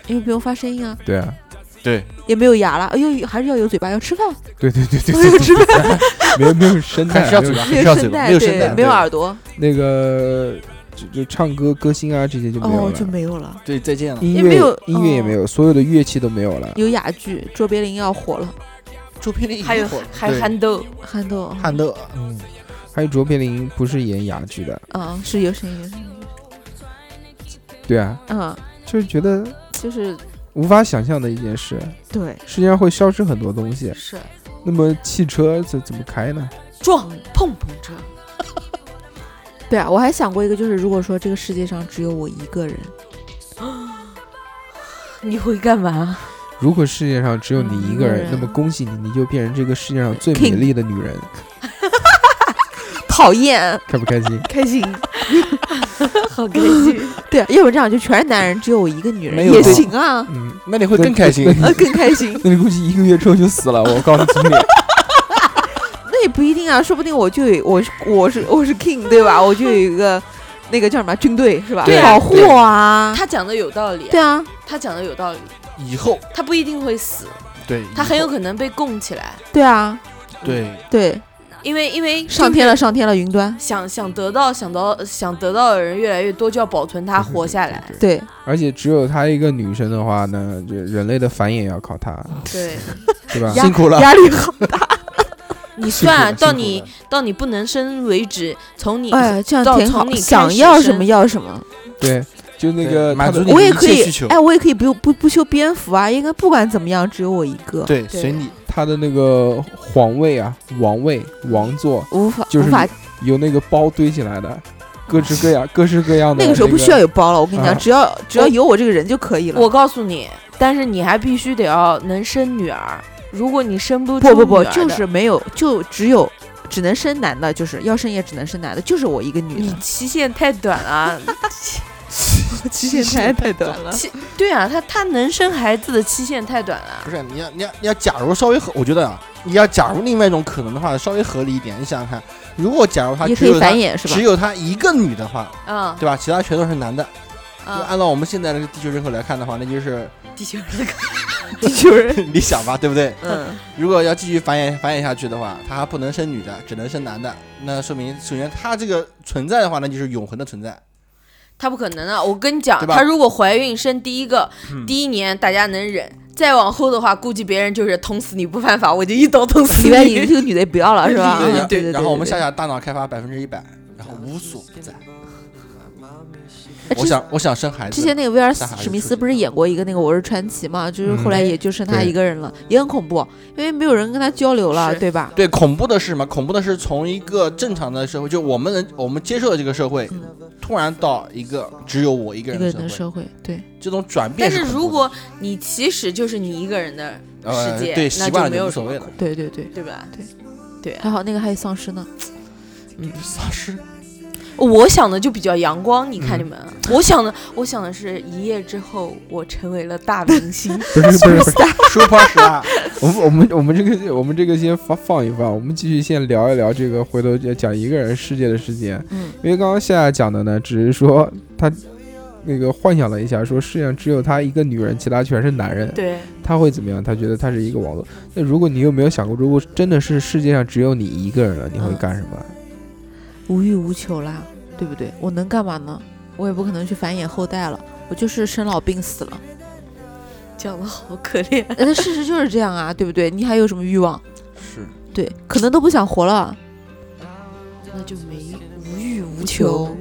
因为不用发声音啊，
对啊，
对，
也没有牙了。哎呦，还是要有嘴巴，要吃 饭，
对对对对
没有
对
吃饭，
对，没有没有声带
还
啊，
是要嘴巴，
没
还
有
是要嘴
声
巴，
带，
没有声带
对，，没
对
有耳朵，
那个就就唱歌歌星啊这些就没有
哦，
了
就，没有了。
对，再见了。
音
也没
乐
有
音乐也没有，所有的乐器都没有了。
有哑剧，卓别林要火了，
周佩林
还有还有憨豆，
憨豆，
憨豆，
嗯，还有卓别林不是演哑剧的，
嗯，是有声音有声音，
对啊，
嗯，
就是觉得
就是
无法想象的一件事，
对，
世界上会消失很多东西。
是
那么汽车怎怎么开呢？
撞碰碰车，
对啊，我还想过一个，就是如果说这个世界上只有我一个人，
你会干 嘛？
如果世界上只有你一个人，
嗯
那么恭喜你，你就变成这个世界上最美丽的女人，
讨
呃
厌，
开不开 心？
开心，
好开心，
对啊，要不这样就全是男人，只有我一个女人
没有
也
对
行啊，
嗯，
那你会更开心
那。
呃，更开心。
那你估计一个月之后就死了，我告诉你。
那也不一定啊，说不定我就有我是我是我是 king 对吧？我就有一个 那个叫什么军队是吧？
对啊
保护我啊，
他讲的有道理，
对啊，
他讲的有道理，
以后，
他不一定会死，
对，
他很
以
有
后
可能被供起来，
对啊，
对，
对，
因为因为
上天了，上天了，云端，
想想得到想到想得到的人越来越多，就要保存他活下来。
对，
而且只有她一个女生的话呢，这人类的繁衍要靠她，
对，
对吧？
辛苦了，
压力好大，
你
辛苦了
算到
辛苦
你
了
到你不能生为止，从你
哎，这
到
样挺
从
好
你，开
想
始
要什
生
么要什么，
对，就那个
对满足
她的
你
我也
一
可
切
以
需求，
哎，我也可以不用不不修边幅啊，应该不管怎么样，只有我一个，
对，
对
随你，
她的那个皇位啊，王位王座
无法
就是
无法，
有那个包堆起来的，各式各样各式各样的。
那个时候不需要有包了，我跟你
啊
讲，只要只要有我这个人就可以了。
我告诉你，但是你还必须得要能生女儿。如果你生不出
不不不
女，儿
就
的
是没有，就只有只能生男的，就是要生也只能生男的，就是我一个女
你
的。
期限太短了。
期限太太短了
期对啊，他他能生孩子的期限太短了
不。是你要你要你要，假如稍微合，我觉得啊，你要假如另外一种可能的话，稍微合理一点。你想想看，如果假如他
也可
只
以
有他
繁衍是吧
只？有他一个女的话，
嗯
对吧？其他全都是男的。就
啊
嗯，
按照我们现在这个地球人口来看的话，那就是
地球人
地球人，
理想吧，对不对？
嗯，
如果要继续繁衍繁衍下去的话，他还不能生女的，只能生男的。那说明首先他这个存在的话，那就是永恒的存在。
他不可能啊！我跟你讲，
对吧
他如果怀孕生第一个，
嗯
第一年大家能忍，再往后的话，估计别人就是捅死你不犯法，我就一刀捅死
里面这
你。
个女的也不要了是吧？
对
嗯
然后
对对。
然后我们
对
下，下大脑开发百分之一百，然后无所不在。
对
哎
我想我想生孩
之
子
前，那个威尔
下海
史
就
密
出
斯
去
不是演过一个那个《我是传奇》嘛，就是后来
嗯
也就剩他
对
一个人了，也很恐怖，因为没有人跟他交流了，
是
对吧？
对，恐怖的是什么？恐怖的是从一个正常的社会，就我们能我们接受的这个社会，
嗯
突然到一个只有我一个
一
人
个
的
人
社
的
会，
社会，对，
这种转变
但
是
是
恐怖的。
如果你其实就是你一个人的
呃
世界，
对
那
习惯
就
了
没有
无
什
所
么
谓
恐
了
怖，
对对对，
对吧？
还好那个还有丧尸呢，
丧尸
我想的就比较阳光，你看
嗯
你们，我想的我想的是一夜之后我成为了大明星，
不是不是不是，
Super 十二，
我们我们我们这个我们这个先放放一放，我们继续先聊一聊这个回头讲一个人世界的事情。
嗯，
因为刚刚夏夏讲的呢，只是说他那个幻想了一下，说世界上只有他一个女人，其他全是男人，
对，
他会怎么样？他觉得他是一个网络。那如果你有没有想过，如果真的是世界上只有你一个人了，你会
嗯
干什么？
无欲无求啦，对不对？我能干嘛呢？我也不可能去繁衍后代了，我就是生老病死了。
讲的好可怜。
呃但事实就是这样啊，对不对？你还有什么欲望？
是
对，可能都不想活了，
那就没无欲无
求
求。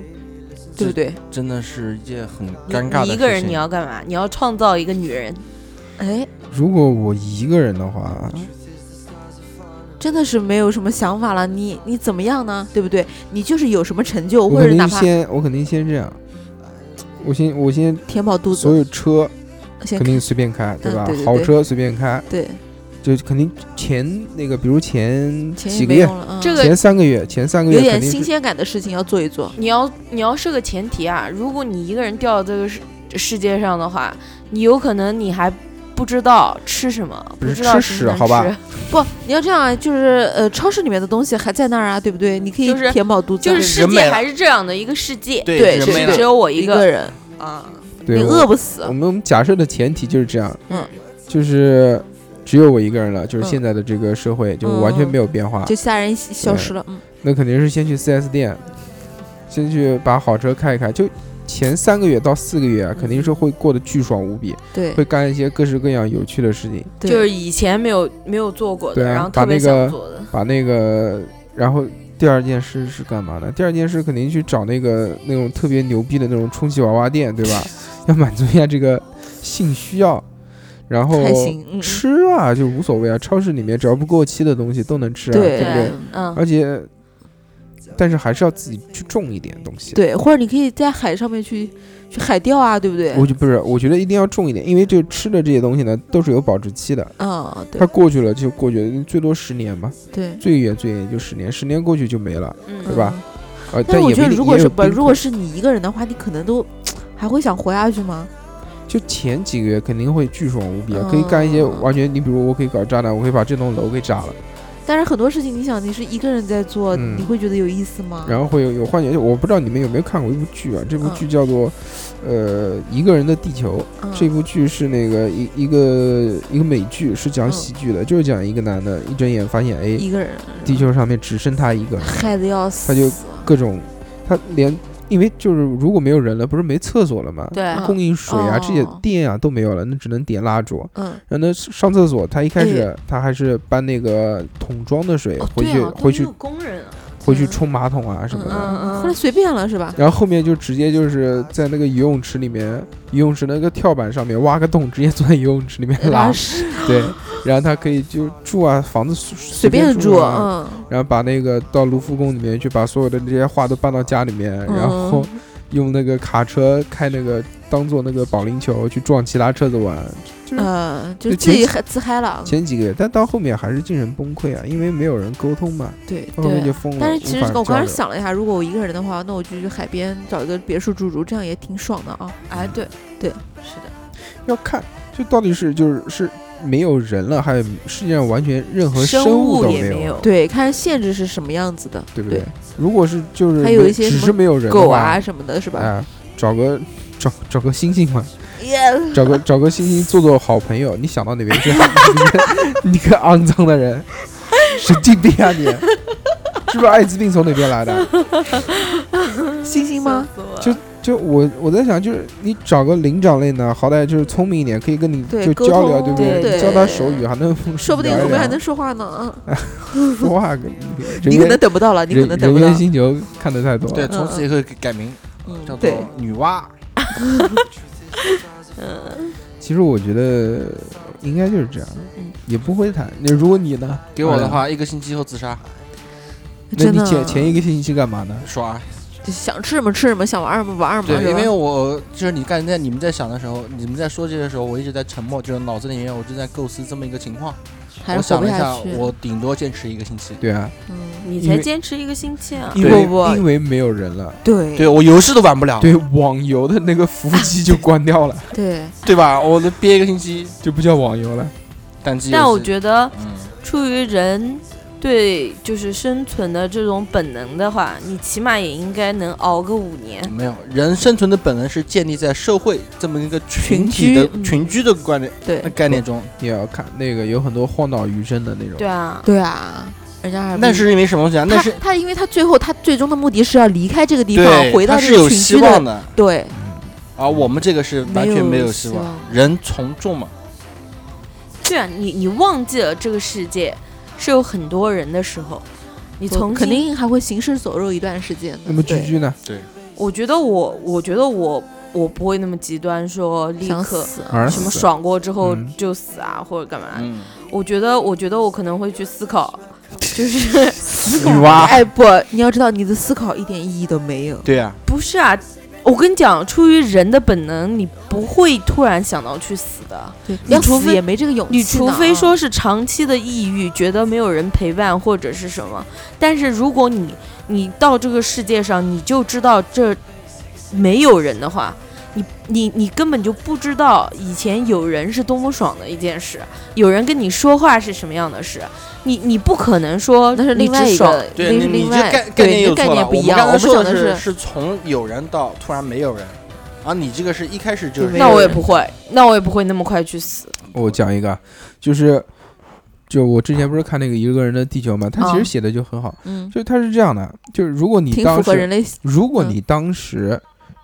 对不对？
真的是一件很
你
尴尬的事情。
你一个人你要干嘛？你要创造一个女人，
哎，
如果我一个人的话，
真的是没有什么想法了，你你怎么样呢？对不对？你就是有什么成就，
我
或者
肯
哪
定
怕
先我肯定先这样，我先我先
填饱肚
所
子，
有车
先
肯定随便开，对
嗯
吧？
对对
豪
对
车随便开。
对，
就肯定前那个，比如前
钱
几
也
个
没
月、
用了，嗯、
这个
前三个月、前三个
有
月
点
肯定
新
是
鲜感的事情要做一做。
你要你要设个前提啊。如果你一个人掉到这个世世界上的话，你有可能你还不知道吃什么，
不
不
是
知道
吃
什么能
屎好吧
吃
不，你要这样，啊，就是呃，超市里面的东西还在那儿啊，对不对？你可以
就是
填饱肚子，
就是
人
世
没
界
了
还是这样的一个世界，
对
对
人
是
没
的
了
只有我
一
个
个人，
啊。
对
你
我
饿不死
我。们假设的前提就是这样，
嗯，
就是只有我一个人了，就是
嗯
现在的这个社会就完全没有变化，
就其他人消失了，嗯，
那肯定是先去 4S 店，先去把好车开一开，就。前三个月到四个月啊，肯定是会过得巨爽无比，
嗯对，
会干一些各式各样有趣的事情，
对
就是以前没有没有做过的，
对啊
然后
把
特别
那个
想做的。
把那个，然后第二件事是干嘛呢？第二件事肯定去找那个那种特别牛逼的那种充气娃娃店，对吧？要满足一下这个性需要，然后
还行，嗯，
吃啊就无所谓啊，超市里面只要不过期的东西都能吃啊，
对
不对？
嗯，
而且，但是还是要自己去种一点东西。，
对，或者你可以在海上面去去海钓啊，对不对？
我就不是，我觉得一定要种一点，因为这个吃的这些东西呢都是有保质期的，
嗯，
它
对
过去了就过去了，最多十年吧，
对，
最远最远也就十年，十年过去就没了。
嗯
对吧
嗯？
呃，
但是我
也
觉得，
没
如果是不，
不，
如果是你一个人的话，你可能都还会想活下去吗？
就前几个月肯定会巨爽无比，啊，可以干一些
嗯
完全，你比如我可以搞炸弹，我可以把这栋楼给炸了，
但是很多事情，你想你是一个人在做，
嗯
你会觉得有意思吗？
然后会有有幻觉。就我不知道你们有没有看过一部剧啊，这部剧叫做呃《一个人的地球》，
嗯
这部剧是那个一一个一个美剧，是讲
嗯
喜剧的，就是讲一个男的一睁眼发现，哎，
一个人，
地球上面只剩他一 个人，
害得要死，
他就各种他连。因为就是如果没有人了，不是没厕所了吗？
对
嗯
供应水啊，这些
哦
电啊都没有了，那只能点蜡烛。
嗯，
然后呢，上厕所，他一开始他还是搬那个桶装的水
哎哦
回
对
去，
啊都
回
没
去
有工人啊，
回去冲马桶啊什么的。
嗯嗯
后来随便了是吧？
然后后面就直接就是在那个游泳池里面，游泳池那个跳板上面挖个洞，直接坐在游泳池里面拉
拉。屎
对，然后他可以就住啊，房子随随
随便
住
住，
啊。
嗯，
然后把那个到卢浮宫里面去，把所有的这些画都搬到家里面，然
嗯
后用那个卡车开那个当做那个保龄球去撞其他车子玩。就是
呃，就
就
自己
前
嗨自嗨了，
前几个月，但到后面还是精神崩溃啊，因为没有人沟通嘛，
对
到后面就
对。
疯了。
但是其实
无法
我刚
交
才
流，
想了一下，如果我一个人的话，那我就去海边找一个别墅住住，这样也挺爽的啊。
哎，对
对，
是的。
要看就到底是就是是没有人了，还有世界上完全任何
生
物都
也
有，
有，
对，看限制是什么样子的，
对不对？如果是就是
还有
没
一些
只
什么
是没有人的
狗
话
啊，什么的，是吧？
哎，找个找找个星星嘛，
耶，
找个找个星星做做好朋友，你想到哪边去？ 你个你个肮脏的人，神经病啊你！知不知道艾滋病从哪边来的？
星星吗？
笑死我了？
就我我在想，就是你找个灵长类呢，好歹就是聪明一点，可以跟你
对
就
沟
交流，对
通
不对？
对
你教他手语还能
说不定
聊一
后面还
聊
能说话呢。嗯
说话跟。
你
人
可
猿
能等不到了，你可
人
能等
人
不到
猿。星球看的太多
对，
了，
从此以后改名叫
嗯，
做
对，
女 娲。
嗯
其实我觉得应该就是这样
嗯，
也不会谈。那如果你呢？
给我的
哎呀，
话，一个星期后自杀，
那
真
你
的啊
前前一个星期干嘛呢？
刷。
就想吃什么吃什么，想玩什么玩什么，
对，
嗯是啊
因
吧
为我就是你刚才你们在想的时候，你们在说这些时候，我一直在沉默，就是脑子里面我就在构思这么一个情况。
还
我
是
想
活不
了一下
下，去。
我顶多坚持一个星期。
对啊，
嗯，
你
因为
才坚持一个星期啊！
因
对
为
不不
因为没有人了，
对
对我游戏都玩不了，
对网游的那个服务 器就关掉了，
对
对吧？我得憋一个星期
就不叫网游了。
单机游戏。
但我觉得，
嗯，
出于人对就是生存的这种本能的话，你起码也应该能熬个五年。
没有，人生存的本能是建立在社会这么一个群
群
体
居
的
嗯
群居的观念
对
概念中，
也要看那个有很多荒岛余生的那种，
对啊，
对啊，人家还
那是因为什么东西啊？那
他
是
他，因为他最后他最终的目的是要离开这个地方，
对，
回到
它
这
是
个
有
群
希
居
望
的。
的，
对，
而我们这个是完全没有希
没有
望
希，望
人从众嘛。
对啊，你你忘记了这个世界是有很多人的时候，你
从
从
肯
今
定还会行尸走肉一段时间的。
那么居
对
居呢？
我觉得我，我觉得我，我不会那么极端，说立
想
刻
死啊，
而
什么爽过之后
嗯
就死啊，或者干嘛、
哎
嗯，
我觉得，我觉得我可能会去思考， 就是
女娲，
哎不，你要知道你的思考一点意义都没有。
对呀，
不是啊？我跟你讲，出于人的本能，你不会突然想到去死的，
对，
你
要
除
死
非
也没这个勇气呢。
你除非说是长期的抑郁，觉得没有人陪伴或者是什么。但是如果你你到这个世界上，你就知道这没有人的话，你你你根本就不知道以前有人是多么爽的一件事，有人跟你说话是什么样的事，你你不可能说
那是
你
另外
只
一
爽
个，那
对你
是
你
另
这概
外
概
对
念
你
又
的概
错了。
念
我
不一
们
样。
刚才
我们
说
想
的
的
是
是，
是从有人到突然没有人，啊，你这个是一开始就
对
是
没
那
有
我也
人
不会，那我也不会那么快去死。
我讲一个啊，就是就我之前不是看那个一个人的地球嘛，他其实
啊
写的就很好，
嗯，
就是他是这样的，就是如果你
挺符
当
合人
时，
类
如果
嗯
你当时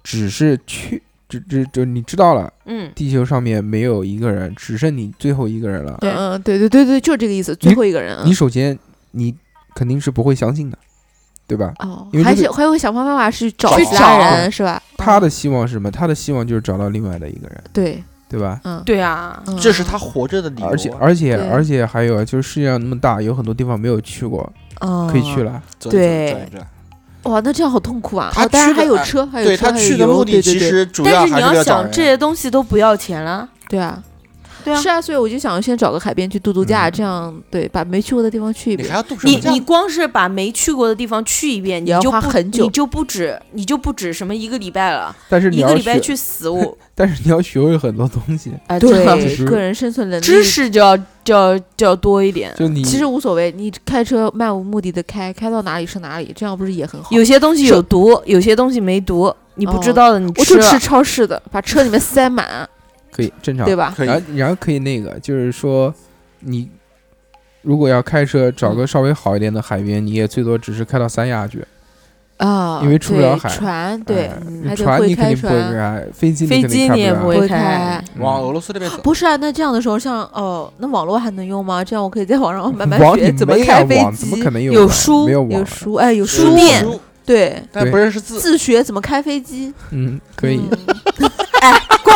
只是去，就就就你知道了，
嗯，
地球上面没有一个人，只剩你最后一个人了，
嗯嗯，对对对对，就是这个意思。最
你
后一个人啊，
你首先你肯定是不会相信的，对吧？
哦
因为，
还
这
是还会想方法去找
找
其他
找
人是吧？嗯
他的希望是什么？他的希望就是找到另外的一个人，
对，
对吧？
嗯，
对啊，
嗯，
这是他活着的理由啊。
而且而且
对
而且还有啊，就是世界上那么大，有很多地方没有去过，可
可
以去。了。
走一走
对
转一转
嗯哦哇，那这样好痛苦啊！
他
哦当
去
然还
的
有
哎
车，还有
对
车
他
还有
去的
油
目的
对
其
对对
实主
但
要
是
还
你
是为
要
了找
想这
人。啊
些东西都不要钱了，
对啊，
对啊
是啊，所以我就想先找个海边去度度假，
嗯
这样对，把没去过的地方去一
你
遍
还。要动手
你
脚
你光是把没去过的地方去一遍，你
也要
就
花
不
很久
你就不止你就不止什么一个礼拜了，
但是你
一个
要
礼拜
学，
去死我
但是你要学会很多东西。
哎，真的
是
对，呃个人生存能力
知识就要就要就要多一点。
就你
其实无所谓，你开车漫无目的的开，开到哪里是哪里，这样不是也很好？
有些东西
是
有毒，有些东西没毒，你不知
哦
道的你
我就
了
啊
吃超市的，把车里面塞 满，
可以正常
对吧？
可以
然后然后可以那个，就是说你如果要开车，找
嗯
个稍微好一点的海边，你也最多只是开到三亚去，
啊，
因为出不了
对
海
船对
哎，
嗯还得
船
会
你肯
开
定不会
船，
开，飞机你
飞
肯
机
定
你也
开
不
了
会
会
开
开。
嗯
往俄罗斯那边走。
不是啊，那这样的时候，像哦，那网络还能用吗？这样我可以在网上慢慢
网
学
你
怎么
没有啊
开飞
网
机，
怎么可能
有
网
书
没有网啊
有
了？
书，哎，有
书店
对，
但不认识字。
自学怎么开飞机，
嗯，可以。
嗯
光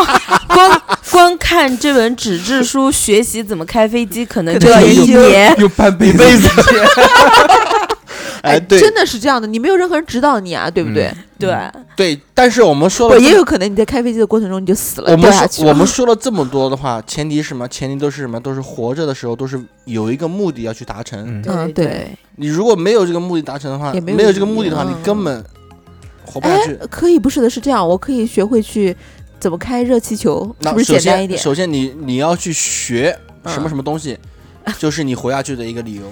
光看这本纸质书学习怎么开飞机，可能
可
就
能
要
要
一
研究
年。
又半辈子
辈子
时间
哎，对嗯
真的是这样的，你没有任何人指导你啊，对不对？
对，
对，但是我们说
不，
了这么，
也啊有可能你在开飞机的过程中你就死了，
我
掉
们
下
说
去了。
我们说了这么多的话，前提是什么？前提都是什么？都是活着的时候都是有一个目的要去达成。
嗯，
嗯，对，
你如果没有这个目的达成的话，
也没有
没有这个目的的话，
意义
你
嗯
根本活不下
哎
去。，
可以不是的，是这样，我可以学会去怎么开热气球，是
那
不是
首
简单一
先，
点？
首先你你要去学什么
嗯
什么东 西，就是你活下去的一个理由。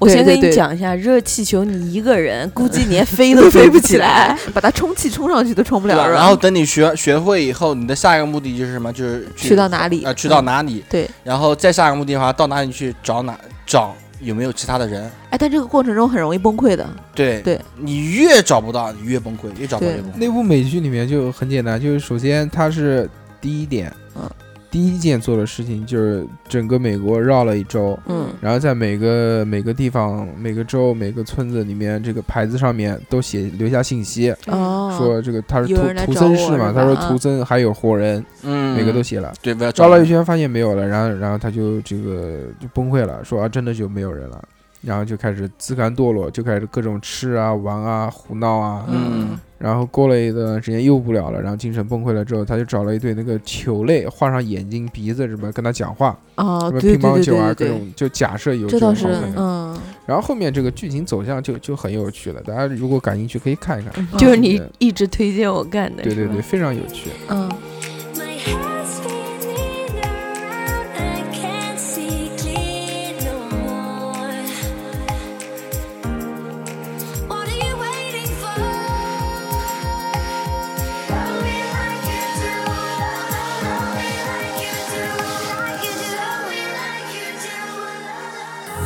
我先跟
对对
你
对
讲一下，热气球你一个人估计连飞都飞
不
起来
来。，把它充气充上去都充不
对
了
吧？
了。
然后等你学学会以后，你的下一个目的就是什么？就是
去到哪里？
啊，去到
嗯？
哪里？
对，
然后再下一个目的的话，到哪里去找哪找有没有其他的人？
哎，但这个过程中很容易崩溃的。
对
对，
你越找不到，你越崩溃，越找不到
对
越崩溃。
那部美剧里面就很简单，就是首先它是第一点
嗯，
第一件做的事情就是整个美国绕了一周，
嗯，
然后在每个每个地方、每个州、每个村子里面，这个牌子上面都写留下信息，
嗯
哦，
说这个他是
有人
图
来
图
找
森
我
市嘛，
是
他说
吧
图森还有活人，
嗯，
每个都写了。
对，不要
绕
找
了一圈发现没有了，然后然后他就这个就崩溃了，说啊真的就没有人了，然后就开始自甘堕落，就开始各种吃啊玩啊胡闹啊，
嗯，
然后过了一段时间又不了了，然后精神崩溃了之后，他就找了一对那个球类，画上眼睛、鼻子什么，跟他讲话，
嗯
哦
什，么
对
乒
对
乓
对
球啊，
对对
各
对，
种就假设有
这
种
倒
方
是
面。
嗯，
然后后面这个剧情走向就就很有趣了，大家如果感兴趣可以看一看。
就是你一直推荐我干的，
对
是
对
吧
对，，非常有趣。
嗯，
My head's spinning around, I can't see clear no more. What are you waiting for? Love me like you do, love me like you do, like you do, love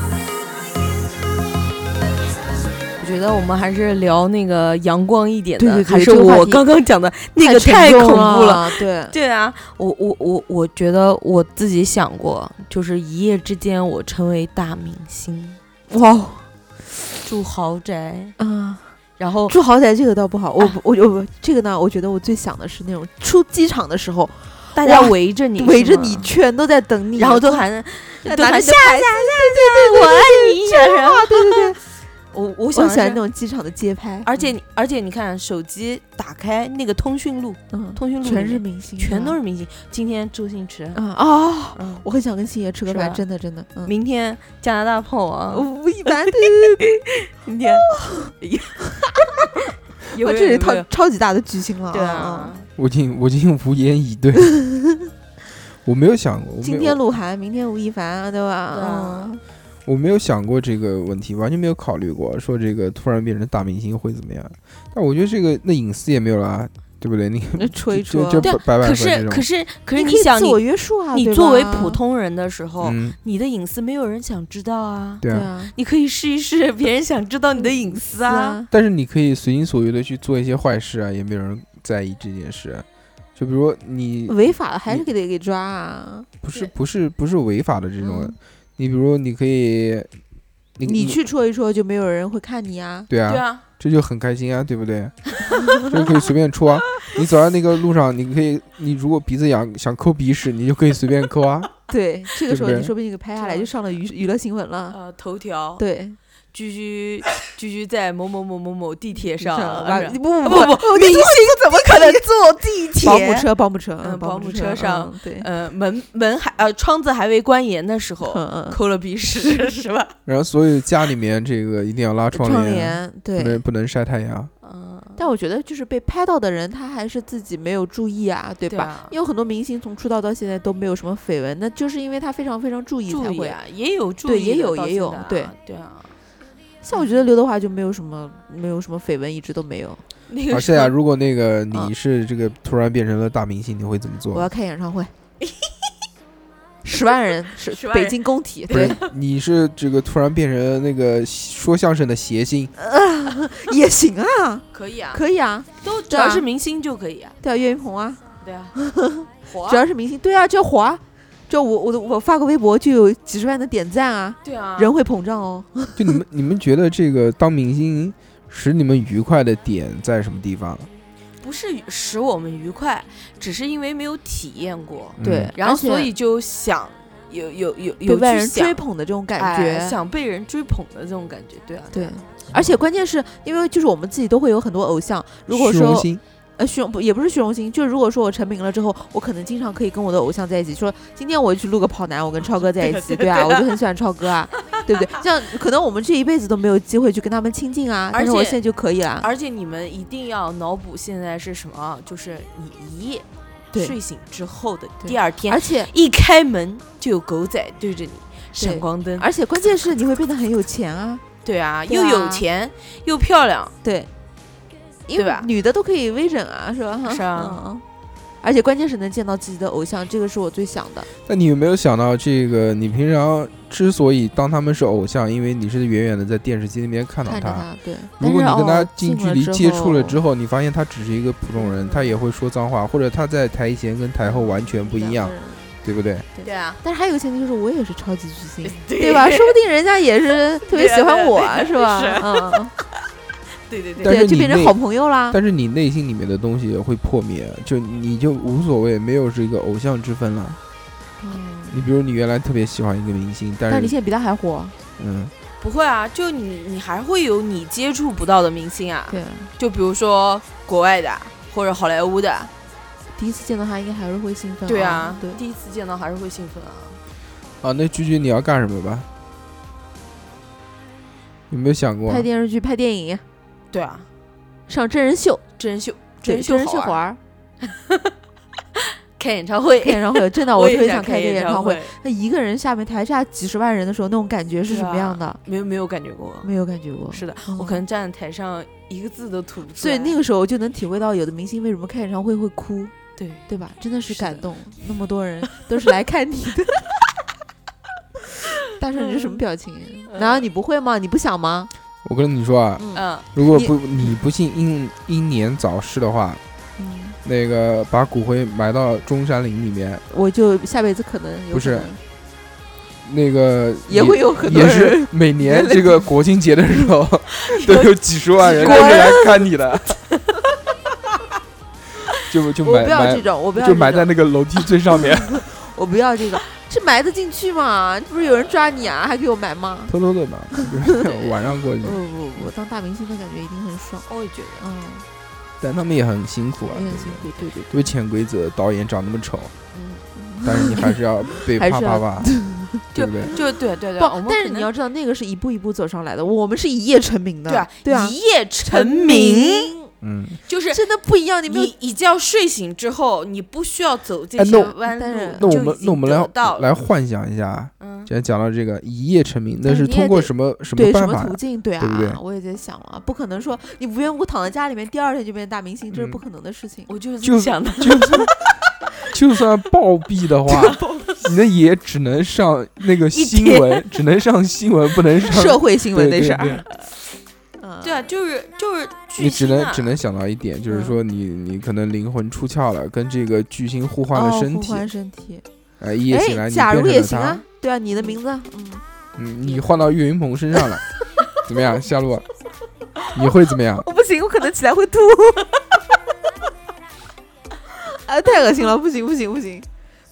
me like you do, love me like you do. Touch me
我觉得我们还是聊那个阳光一点的，
对对对
还是
这个话
我
题
刚刚讲的那个
沉
太
重
恐怖了。
了，对，
对啊，我我我我觉得我自己想过，就是一夜之间我成为大明星，
哇哦，
住豪宅，
嗯。
然后
住豪宅这个倒不好，我
啊
不我我我这个呢，我觉得我最想的是那种出机场的时候，
大家
哇
围着你，
围着
是吗
你，全都在等你，
然后都喊
在
都
拿
喊
着
下
下
我爱你一人。
啊，对对对，
我我
我
想的
喜
是
欢那种机场的街拍，
而且你而且你看，啊手机打开那个通讯录，
嗯，
通讯录
全
里
是
面
明星，
全都是明星。今天周星驰，
啊啊！
嗯，
我很想跟星爷吃个
是
饭，
吧
真的真的，嗯，
明天加拿大炮王，
我一般对 对对，
今 天，
我
有
哦这是
有
超
有
超级大的巨星了，
对
啊
啊。，
我已经我已经无言以对。 我没有想过，我没
今
有
天鹿晗，明天吴亦凡，对吧？
对啊
嗯，
我没有想过这个问题，完全没有考虑过，说这个突然变成大明星会怎么样？但我觉得这个那隐私也没有啦，对不对？你
那戳一
就
戳
就，
对啊
就白板
可
粉
是可
这种，
是可是
哦你
你
可以
想
自
你
我约束啊，
你
对
作为
吧
普，通人的时候，
嗯，
你的隐私没有人想知道哦啊。
对
对
啊。
啊，
你可以试一试，别人想知道你的隐私
是
啊。，
但是你可以随心所欲的去做一些坏事啊，也没有人在意这件事。啊就比如你
违法了还是
你
给得给抓啊？
不是
对
不是不是违法的这种，
嗯
你比如你可以，你
你去戳一戳，就没有人会看你啊。
对啊，
啊，
这就很开心啊，对不对？ 就可以随便戳啊。你走在那个路上，你可以，你如果鼻子痒想抠鼻屎，你就可以随便抠 啊。
对，这
对
个时候
不对
你说不定给拍下来
是啊
就上了娱娱乐新闻了。
呃，头条，
对，
居居居居在某某某某某地铁上，啊
完
是吧哦
不不
不不
不，明星怎么可能坐地铁？保姆车，保姆车，
嗯
保
保姆
车
车上
嗯对，
呃，门门还呃窗子还未关严的时候，
嗯嗯，
抠了鼻 屎是吧？
然后所有家里面这个一定要拉窗
窗
帘，
帘
不能
对。
不能晒 太阳。
嗯，
但我觉得就是被拍到的人，他还是自己没有注意啊，对
对
吧？
啊
因为有很多明星从出道到现在都没有什么绯闻，那就是因为他非常非常注意才
注意
会。
啊，也有注意
对
的，
也有
到
也
现
有
在啊
对
对啊，
像我觉得刘德华就没有什么没有什么绯闻，一直都没有。
那个
而
时
且
候
啊，如果那个你
嗯
是这个突然变成了大明星，你会怎么
我
做？
要开 演唱会，十万人是
10万
北
人
京 工体，
不是
对，，
你是这个突然变成那个说相声的 谐星，
也行啊，
可以啊，
可以啊，
都只
对啊
要是明星就可以啊，
对啊，岳云鹏啊，
对 啊，火啊
只要是明星，对啊，就火啊，就我我的我发个微博就有几十万的点赞啊，
对啊，
人会膨胀哦，
就你们你们觉得这个当明星使你们愉快的点在什么地方？
不是使我们愉快，只是因为没有体验过，
嗯
对，
然后
而且
所以就想有有有有
被外
去
人
想
追捧的这种感
哎
觉，
想被人追捧的这种感觉，对啊，
对
啊。。
而且关键是因为就是我们自己都会有很多偶像，如果
虚荣
说
心，
呃虚荣不也不是虚荣心，就是如果说我成名了之后，我可能经常可以跟我的偶像在一起，说今天我去录个跑男，我跟超哥在 一起，对啊，我就很喜欢超哥啊， 对不对？这样可能我们这一辈子都没有机会去跟他们亲近啊，但是
而且
我现在就可以了，
而且你们一定要脑补现在是什么啊？就是你一夜
对
睡醒之后的
对
第二天
而，且
一开门就有狗仔对着你闪光灯，
而且关键是你会变得很有钱啊，
对啊，
对
又
啊
有钱又漂亮，
对，因
对
为
吧
女的都可以微整啊，是吧？
是啊
嗯，而且关键是能见到自己的偶像，这个是我最想的。
那你有没有想到，这个你平常之所以当他们是偶像，因为你是远远的在电视机那边看到
看着他，对。
如果你
但是
跟他
哦
近距
了
离
之
接触了
后
之后，你发现他只是一个普通人，他也会说脏话，或者他在台前跟台后完全不一样
两个，人
对不对？
对啊，
但是还有个前提就是我也是超级巨 星，
对
对吧？说不定人家也是特别喜欢我，啊是吧？
是
嗯，嗯
对对对
但是
对，就
你
变成
内
好朋友啦。
但是你内心里面的东西会破灭，就你就无所谓，没有这个偶像之分了。
嗯，
你比如你原来特别喜欢一个明星，但
但
是
是你现在比他还火，
嗯，
不会啊，就你你还会有你接触不到的明星啊，
对，
就比如说国外的或者好莱坞的，
第一次见到他应该还是会兴奋、
对啊，
嗯对，
第一次见到还是会兴奋啊。
啊，那居居你要干什么吧？有没有想过啊
拍？电视剧、拍电影、
对啊，
上真人秀，
真人秀，
对
人
真
秀
人秀
好
玩
玩，
儿，
看演唱会
开，演唱会，真 的我
也
特别
想
想开
看
这个演唱
唱
会。，那一个人下面台下几十万人的时候，那种感觉是什么样的？
没有没有感觉过。
没有感觉过。
啊是的，
嗯
我可能站在台上一个字都吐不出
所以
来
那个时候就能体会到有的明星为什么开演唱会会哭，
对
对吧？真的是
是的
感动，那么多人都是来看你 的。大帅，你是什么
嗯
表情？难道你不会吗？你不想吗？
我跟你说啊，
嗯
嗯，
如果不你不幸英英年早逝的话，
嗯，
那个把骨灰埋到中山陵里面，
我就下辈子可能有
不是
可能
那个
也会有很多
也
人
是每年这个国庆节的 时候，都有几十万人
果
都
然
是来看你 的，就就
我
埋
不要这
埋
种，我不要
就
这
埋在
种，
那个楼梯 最上面，
我不要这种，这埋得进去吗？这不是有人抓你啊，还给我埋吗？
偷偷的嘛，就是晚上过去
不，不不，当大明星的感觉一定很爽，
嗯我也觉得
嗯，
但他们也很辛苦啊，
也很辛苦，对对对，
对潜规则，导演长那么丑，
嗯。
但是你还是要 被
还
啪
是
啪
要
啪，对不对？
就对对啊对，我
不
们，
但
可
是你
能
要知道，那个是一步一步走上来的，我们是一夜成名的，
对啊，
对啊，
一夜成名，
嗯，
就是
真的不一样，你没有
你一觉睡醒之后，你不需要走这
哎
些
那
弯
当然
路，
那我
就已
们
经
那我们
得
来
到了
来幻想一下啊，
嗯，
既然讲到这个一夜成名，那
但
是
你也
通过
得
什么什么
对什
办
么
法
途
呀？
径，对啊，
对不对
我也在想啊，不可能说你无缘无故躺在家里面，第二天就变大明星，这是
嗯
不可能的事情。
我就是这
就
么想的，
就 算就算暴毙 的话，你那也只能上那个新闻，只能上新闻，不能上
社会新闻那
对对
事儿，
对
嗯
对啊，就是就是巨
你只
星
能
啊
只能想到一点，就是
嗯
说你你可能灵魂出窍了，跟这个巨星互换了
哦
身
互
体，
换身体，
哎，一夜醒来
哎，
你
假如也
变
行
成了
啊，对啊，你的名字，嗯，
他，嗯，你换到岳云鹏身上了，怎么样，夏洛？你会怎么样？
我不行，我可能起来会吐。 啊，太恶心了，不行不行不行，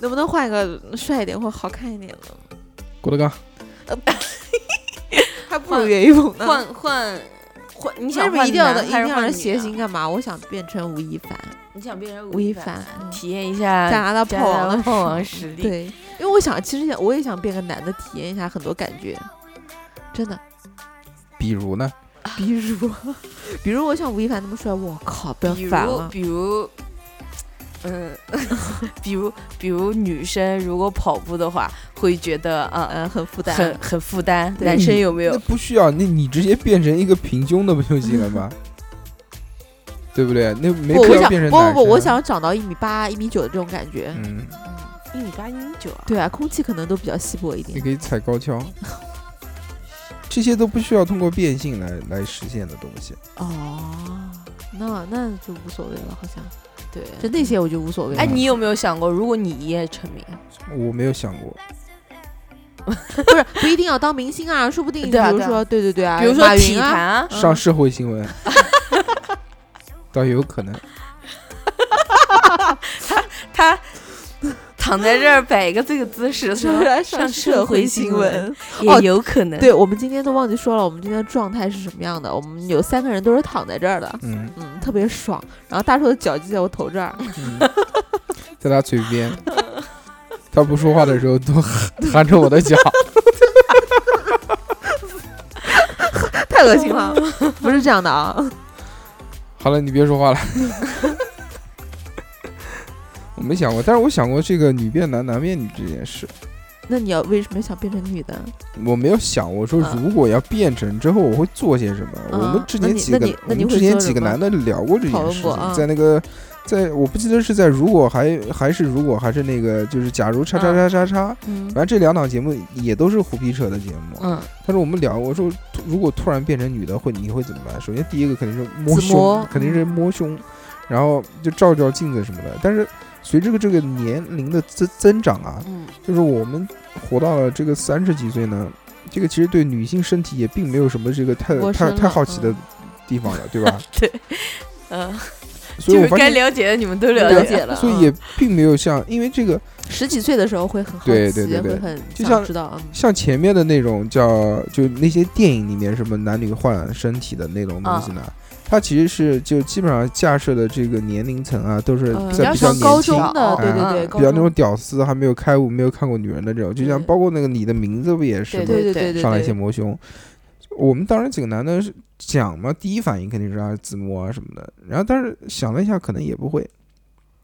能不能换一个帅一点或好看一点的？
郭德纲，
还不如岳云鹏呢。
换换换，你
你
想
一
换
定要
男
一
还
定
是
要
换
人
女
谐
的
星，干嘛？我想变成吴亦凡，
你想变成
啊吴
亦
亦
凡
凡，嗯
体验一下
加拿大
加
炮
拿
王
大
的
炮王
爽
实力，
对，因为我想，其实想我也想变个男的，体验一下很多感觉，真 的。
比如呢？
比如，比如我像吴亦凡那么帅，我靠，不要
比
烦
如
了。
比如，嗯， 比如比如女生如果跑步的话，会觉得啊、
呃，很负
呃、
担，
很很负担。
对
男生有没
那
有？
不需要，那你直接变成一个平胸的不就行了 吗？对不对？那没
不，
必
我
要
想
变成
不不
男生。啊
不，我想长到一米八、一米九的这种感觉。
嗯，
一米八一米九啊？
对啊，空气可能都比较稀薄一点
你。可以踩 高跷，这些都不需要通过变性来来实现的东西。
哦，那那就无所谓了，好像。
对。
就那些我就无所谓了。
哎，你有没有想过，如果你一夜成名，
我没有想过，
不是不一定要当明星啊，说不定比
对啊
如
对啊
说对对对啊，
比如说
马
体
云
坛
啊，
啊，
上社会新闻，倒有可能。
他躺在这儿摆一个这个姿势，
是不
说
是
上
社
会
新
闻
闻。
啊也有可能。
对，我们今天都忘记说了，我们今天的状态是什么样的？我们有三个人都是躺在这儿的，
嗯，
嗯，特别爽。然后大硕的脚就在我头这儿，
嗯在他嘴边，他不说话的时候都含着我的脚。
太恶心 了，不是这样的啊。
好了，你别说 话了。我没想过，但是我想过这个女变男，男变女这件事，
那你要为什么想变成女的？
我没有想过说
嗯
如果要变成之后我会做些什么。
嗯
我们之前几
那
个
你，
我
那你
们
那你会
之前
做
几个
什么
男的聊过这
讨
件
论
事
过
情，
嗯
在那个，在我不记得是在如果还还是如果还是那个就是假如叉叉叉叉叉，
嗯
反正这两档节目也都是胡皮扯的节目。
嗯，
但是我们聊，我说突如果突然变成女的会，你会怎么办？首先第一个肯定是摸
自摸
胸，肯定是摸胸，然后就照照镜子什么的。但是随着这个年龄的增增长啊，
嗯
就是我们活到了这个三十几岁呢，这个其实对女性身体也并没有什么这个太
陌嗯
太
生
太
了
好奇的
嗯
地方了，对吧？
嗯，
所以
就
我
是
发
该
现，
了解的你们都
了
了
解了，嗯
所以也并没有像，因为这个
十几岁的时候会很好奇，
对对对对
会很
就
想
像
知道，嗯
像前面的那种叫，就那些电影里面什么男女换身体的那种东西呢，它其实是就基本上架设的这个年龄层啊，都是
嗯
在
要
比较
上高
年轻
中。的，
嗯
对对对，
嗯
高
比较那种
中
屌丝，还没有开悟、没有看过女人的这种，就像
对
包括那个你的名字不也是吗？
对对对对
上来
对
先磨胸。我们当时几个男的是讲嘛，第一反应肯定是啊自摸啊什么的，然后但是想了一下，可能也不会，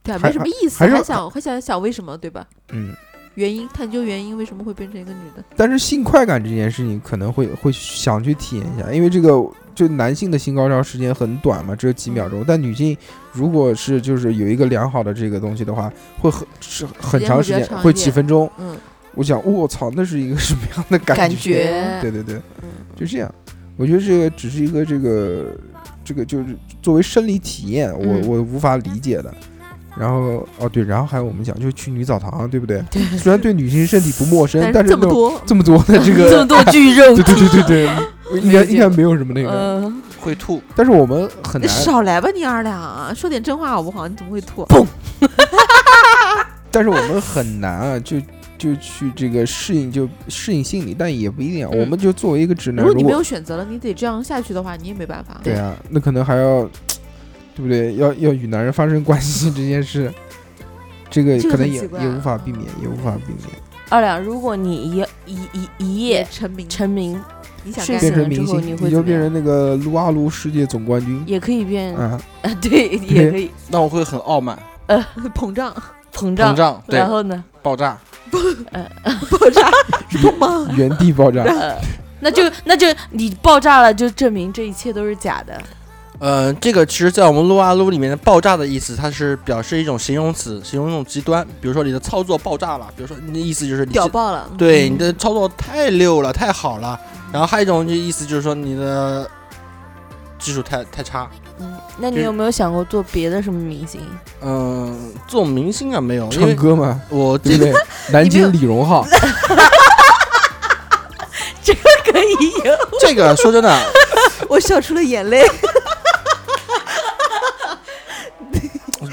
对啊，
还
没什么意思，
还是
还想还想想为什么，对吧？
嗯，
原因探究原因为什么会变成一个女的？
但是性快感这件事情可能会会想去体验一下，因为这个就男性的性高潮时间很短嘛，只有几秒钟，但女性如果是就是有一个良好的这个东西的话，会很是很
间
长
会
时
比较
间，
长一
会几
点
分钟。
嗯，
我想，我操，那是一个什么样的感
感
觉
觉
对对对
嗯，
就这样。我觉得这个只是一个这个这个就是作为生理体验，我
嗯
我无法理解的。然后哦对，然后还有我们讲就是去女澡堂，对不对？虽然对女性身体不陌生，但
是这
那
么
种
多，
这么多的这
这么
个，
多巨肉
对，对对对对，应该应该没有什么那
呃
个。
嗯，
会吐，
但是我们很
你
难，
少来吧你二两啊，说点真话好不好？你怎么会吐？啊
但是我们很难啊，就就去这个适应，就适应心理，但也不一定啊。
嗯
我们就作为一个直男，
如果
如
你没
果
有选择了，你得这样下去的话，你也没办法。
对啊，那可能还要，对不对？要要与男人发生关系这件事， 这个
这个
可能
很
也
奇怪
也
啊
无法避免，也无法避免
二两，如果你一一一一
也
夜
成名，
成名，
你想
是
干
死
变
什
了
么？
成明
之后
星，
你会
就
怎么
变
样
成那个撸啊撸世界总冠军
也可以变，
嗯
啊！
啊 对，也可以
那我会很傲慢、
膨胀，
膨胀
膨，胀，对
然，后呢，
爆炸。
爆 炸，痛吗？
原地 爆
啊
炸，
呃，那就那就你爆炸了，就证明这一切都是假的。
呃，这个其实，在我们撸啊撸里面，“爆炸”的意思，它是表示一种形容词，形容一种极端。比如说你的操作爆炸了，比如说你的意思就是你
屌
是
爆了！嗯
对你的操作太溜了，太好了。然后还有一种就意思就是说你的技术太太差。
嗯，那
就
你
是
有没有想过做别的什么明星？
嗯，做明星啊没有，因
唱
为
歌嘛，
我这
对不
个
对？南京李荣浩，
可以有，
这个说真的，
我笑出了眼泪。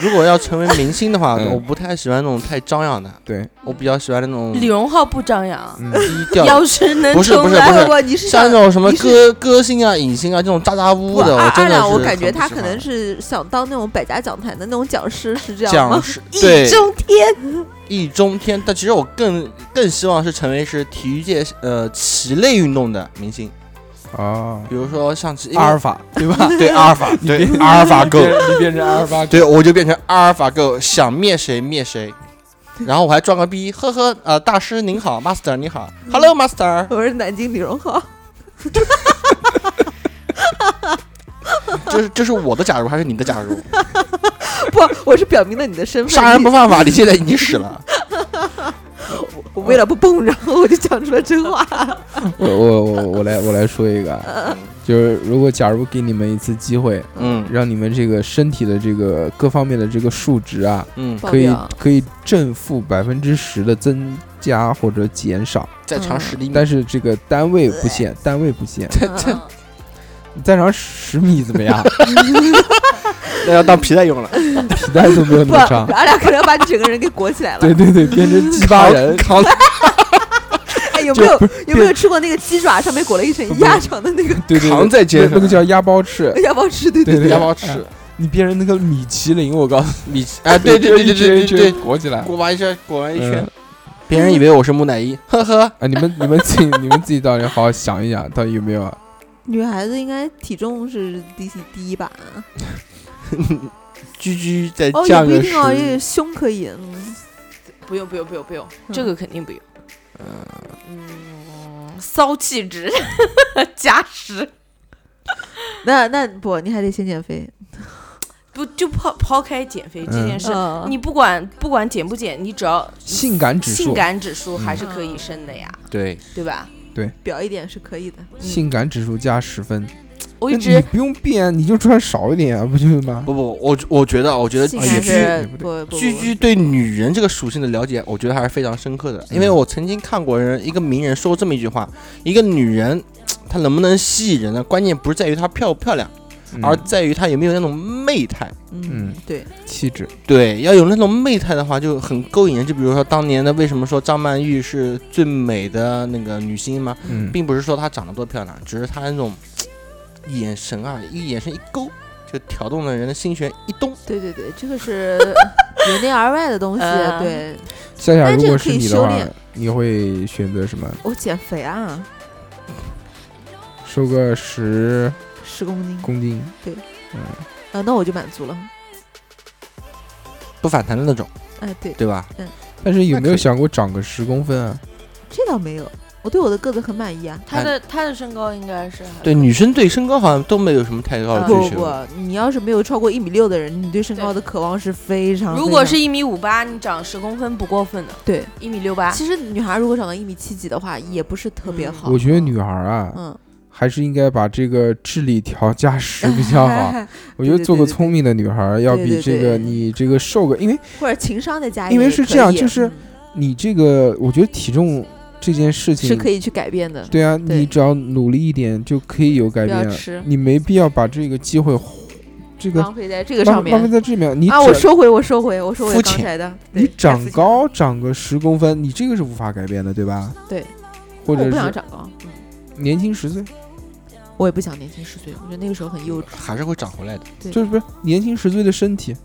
如果要成为明星 的话，
嗯
我不太喜欢那种太张扬的，
对，
我比较喜欢那种
李荣浩不张扬，
嗯，
低调的。
要是能
不是
重
不是
来
不是
不不，你是
像
想
那种什么
你是
歌歌星啊、影星啊这种咋咋呼
不
呼的，
二
我真
二
的是
两，我
很
感觉
不
他
喜
可
欢
能是想当那种百家讲坛的那种讲师，是这样
讲
吗？
是对
易中天，
易中天，但其实我更更希望是成为是体育界呃棋类运动的明星，
啊，
比如说象棋，因为
阿尔法对吧？
对阿尔法，对阿尔法 Go，
你变成阿尔法，
对我就变成阿尔法 Go，想灭谁灭谁。然后我还装个逼，呵呵，呃，大师您好，Master 您好，Hello Master，
我是南京李荣浩。
这是这是我的假如还是你的假如？
不，我是表明了你的身份。
杀人
你
不犯法，你现在已经死了。
我为了不蹦，然后我就讲出了真话。
嗯
我我我我来我来说一个啊，
嗯
就是如果假如给你们一次机会，
嗯
让你们这个身体的这个各方面的这个数值啊，
嗯，
爆
可以
表
可以正负百分之十的增加或者减少，
再长十厘米，
但是这个单位不限，单位不限。
嗯
你再长十米怎么样？
那要当皮带用了，
皮带都没有
不，
那么长。
俺俩可能要把你整个人给裹起来了。
对对对，变成鸡巴人，
扛
哎，有没有有没有吃过那个鸡爪上面裹了一层鸭肠的 那个？，
对对，
扛在肩
那那
上
个，叫鸭包翅
要不要吃？对
对
对，
对
要不要吃？
你变成那个米其林，我告诉你，
米哎，对对对对对对对，
裹起来。
裹完一圈，裹完一圈
嗯，
别人以为我是木乃 伊，呵呵。
啊，你们你们自己你们自己到底好好想一想，到底有没有啊？
女孩子应该体重是第几第一吧？
居居再
哦，也
呃降
不一
个
定哦，
十，
也胸可以。嗯
不用不用不用不用，这
嗯
个肯定不用。嗯，骚气值 加十，
那那不，你还得先减肥。
不就抛抛开减肥这件事，
嗯，
你不管不管减不减，你只要
性感指
性
数，
感指数还是可以升的呀，
对，
对吧？
表一点是可以的。
性感指数加十分。
我
那
一
你
直
不用变，啊你就穿少一点啊，不就是吗？
不不，我我觉得，我觉得
性
居
感
居
是
不
不不
居居对女人这个属性的了解，我觉得还是非常深刻的。因为我曾经看过人一个名人说过这么一句话：一个女人，她能不能吸引人呢？关键不是在于她漂不漂亮，
嗯
而在于他有没有那种媚态。
嗯
嗯，
对，
气质，
对，要有那种媚态的话，就很勾引人。就比如说当年的，为什么说张曼玉是最美的那个女星嘛，
嗯，
并不是说她长得多漂亮，只是她那种嘖眼神啊，一眼神一勾，就挑动了人的心弦一动。
对对对，这个是 由内而外的东西。
嗯
对
夏夏，
但
如
这
果
个
是
可以
你的
修
话
炼，
你会选择什么？
我减肥啊，
瘦个十
十公斤，
公斤，
啊，那我就满足了。
不反弹的那种，
哎，对，
对吧？
但是有
那
没有
可以
想过长个十公分啊？
这倒没有，我对我的个子很满意啊。
他的他的身高应该是
对，女生对身高好像都没有什么太高
哦
的
啊
不
追
不
求。
不，你要是没有超过一米六的人，嗯你对身高的渴望是非常。
如
非
果
常
是一米五八，你长十公分不过分的，
对，
一米六八。
其实女孩如果长到一米七几的话，也不是特别
嗯
好。
我觉得女孩啊，
嗯，
还是应该把这个智力调加十比 较好。我觉得
对
做个
对对
聪明的女孩要
对
比
对
这
对
个你这个瘦个，因为
或者情商再加一点也可以，
因为是这样就是
嗯
你这个，我觉得体重这件
是
事情
可以去改变的。
对啊，
对
你只要努力一点就可以有改
不要
变了
吃，
你没必要把这个机会这个
浪费在这个上
浪浪费
面
在这面。你
啊！我
长
收回，我收回，我收回
肤
刚
浅
才的。
你
对
长，高长个十公分，你这个是无法改变的，对吧？
对，
或
我
者
不想
是
长高，
年轻十岁，
我也不想年轻十岁，我觉得那个时候很幼稚。
还是会长回来的。
就是不是年轻十岁的身 体，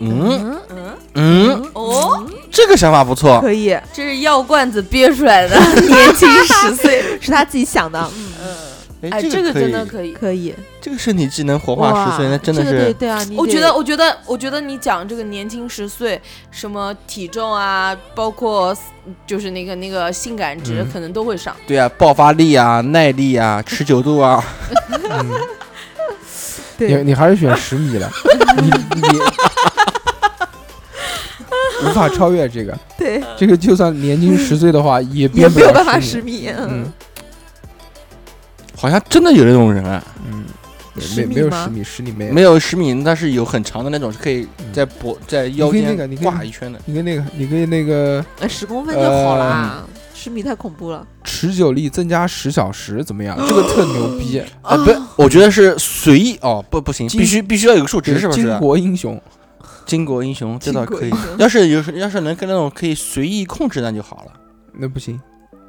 嗯
嗯，
嗯，
哦，
这个想法不错。
可以，
这是药罐子憋出来的，
年轻十岁是他自己想 的，嗯
哎，
这
这个
可
真的
以
可以。
可以。
这个身体技能活化十岁，那真的
这个对
是
对啊，你
我觉
得
得，我觉得，我觉得你讲这个年轻十岁，什么体重啊，包括就是那个那个性感值
嗯，
可能都会上。
对啊，爆发力啊、耐力啊、持久度啊，
嗯，你
对
你还是选十 米的，你你无法超越这个。
对，
这个就算年轻十岁的话，也
也
变不
没有办法
了
十
米。
米，
嗯
好像真的有那种人啊，
嗯，也
十
没
米
没有
吗
十米，十米没有。
没有十米，但是有很长的那种，是可以在脖在腰
嗯你可以那个你
间
可以
挂一圈的。
你跟那个，你跟那个
呃十公分就好
呃
啦，十米太恐怖了。
持久力增加十小时怎么样？这个特 牛逼，
啊，不，我觉得是随意哦，不不行，
巾
必须必须要有个数值，是不
巾
是？
帼英雄。
巾帼英雄，这倒可
巾帼
以
英。雄
要是有要是能跟那种可以随意控制，那就好了。
那不行，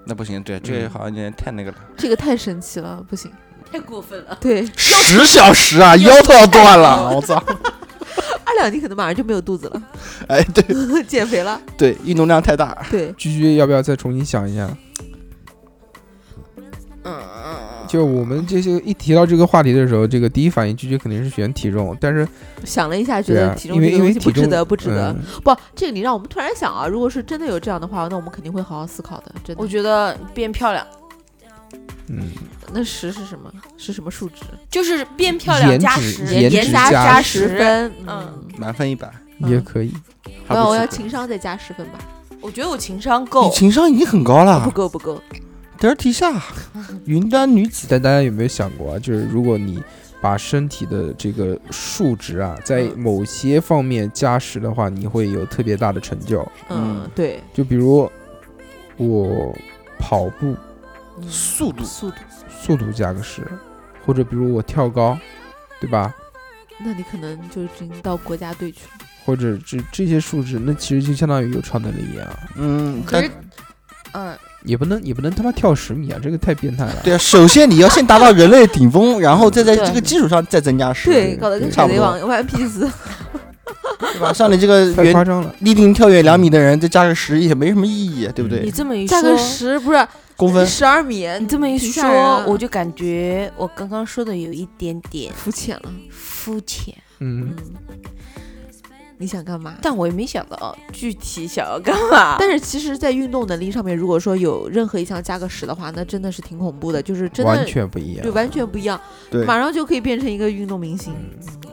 那不行，对，这个好像有点太那个了。
这个太神奇了，不行。
太过分了，
对，
十小时啊，腰都要断了， 我操！
二两你可能马上就没有肚 子了，
哎，对
减肥了。
对，运动量太大。
对，
居居要不要再重新想一下？
嗯，
就我们这些一提到这个话题的时候，这个第一反应居居肯定是选体重，但是
想了一下，觉
对
得
啊，
体重
因
这
为
个
因
东
为
西
体
不值
重
得，不值得。
嗯
不，这个你让我们突然想啊，如果是真的有这样的话，那我们肯定会好好思考的。真的
我，觉得变漂亮
嗯，
那十是什么？是什么数值？
就是变漂亮
颜
加
值
十，
颜值
加
加
十
十。
分。
嗯
嗯，
满分一百，
也可以。
还
不要，
不
我
及
要
格
情商再加十分吧。
我觉得我情商
你
够，
情商已经很高
不
了。
够，不够。
德尔提 夏，云端女子，
但大家有没有想过啊？就是如果你把身体的这个数值啊，在某些方面加十的话，你会有特别大的成就。
嗯
嗯，
对，
就比如我跑步
嗯
速度
速度。
速度加个十，或者比如我跳高，对吧？
那你可能就已经到国家队去了。
或者这这些数值，那其实就相当于有超能力啊，
嗯，
可
但
是，嗯，
也不能也不能他妈跳十米啊，这个太变态了。
对啊，首先你要先达到人类顶峰，然后再在
对
这个基础上再增加十，
对，
对
搞得跟海
对
差不
贼
多
王 One Piece
对吧？像你这 个
太夸
原
张了，
立定跳远两米的人，再加个十也没什么意义，对不
你
对？
这么一
加
说，
个十不是
公分
十二米，
你这么一
挺吓人啊
说，我就感觉我刚刚说的有一点点
肤浅了。
肤浅，
嗯，
嗯，你想干嘛？
但我也没想到具体想要干嘛。
但是其实，在运动能力上面，如果说有任何一项加个十的话，那真的是挺恐怖的，就是真的
完全不一样
对。完全不一样，
对，
马上就可以变成一个运动明星，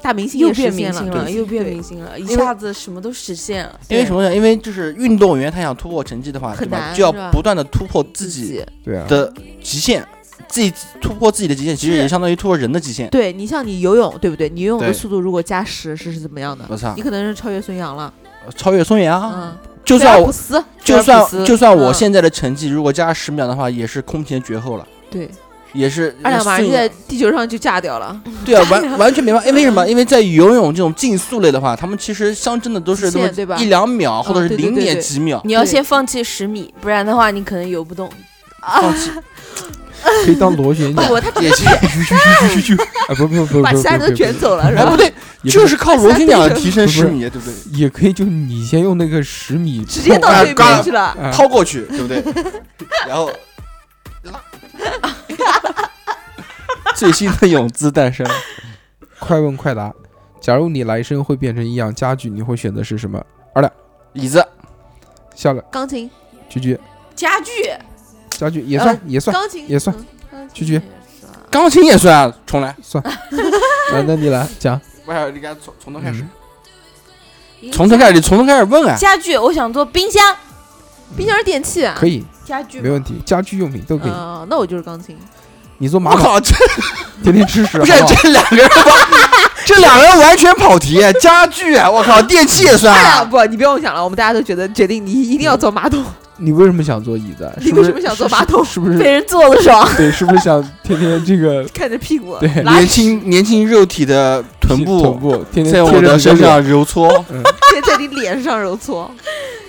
大明星
又
也实
变
现
明星
了，
了，
对
又变
对
明星了，一
因为
下子什么都实现了。
因为什么呢？因为就是运动员他想突破成绩的话，
很
对吧？
难
就要
是吧
不断的突破自
自
己
己。
对啊，
的极限，自己突破自己的极限，其实也相当于突破人的极限。
对你像你游泳，对不对？你游泳的
对嗯
速度如果加十是是怎么样的
我？操
你，可能是超越孙杨了，
超越松岩啊！
嗯，
就
菲
算
尔普
我
斯，
就
菲尔普
算
斯
就算我
嗯
现在的成绩，如果加十秒的话，也是空前绝后了。
对，
也是
二两马上
素
就在地球上就炸掉了，
对啊， 完完全没办法，因为什么？因为在游泳这种竞速类的话，他们其实相争的都是
极
那
限
么
对吧
一两秒，或者
嗯
是
对对
零
对
点
对
几秒，
你要
对
先放弃十米，不然的话你可能游不动。
放弃
可以当螺 旋桨，
不，他
也行。
去去去去去去，哎，不不不不，
把其他人都卷走了，是
哎，
吧
不？对，
也不
就是靠螺旋桨提升
不是
十米，对不对？
也可以，就你先用那个十米
直接到
哎
对
刚
面去了，
啊
掏过去，对不对？然后拉， 最新的 泳姿诞生。
快问快答，假如你来生会变成一样家具，你会选择是什么？
椅子，
下了，
钢琴，
居居，
家具
家具也算也算
钢琴
也算，
嗯
蛐蛐，
钢琴也算啊，重来。
算， 来，那你来讲，
不是，你该从从头开始
嗯，
嗯
从头开始，你从头开始问啊。
家具，我想做冰箱
冰箱是电器啊，
可以，
家具
没问题，家居用品都可
嗯，
以。
哦那我就是钢琴，
啊
你做马
我
桶，
靠，这
天 天吃屎，
不是
好不好
这两个人完，这两个人完全跑题。啊家具，我靠，电器也算
二
啊
两。哎不，你不用想了，我们大家都觉得决定你一定
嗯
要做马桶，
你为什么想做 椅子？啊
你
是不
为
是
什么想做马桶？
是不是
被人坐的爽。
对？是不是想天天这个
看着屁股，
对
年轻年轻肉体的 臀
臀
部
部天天
在我
贴着
的
你
身
脸？嗯
上揉搓，
贴在你脸上揉搓，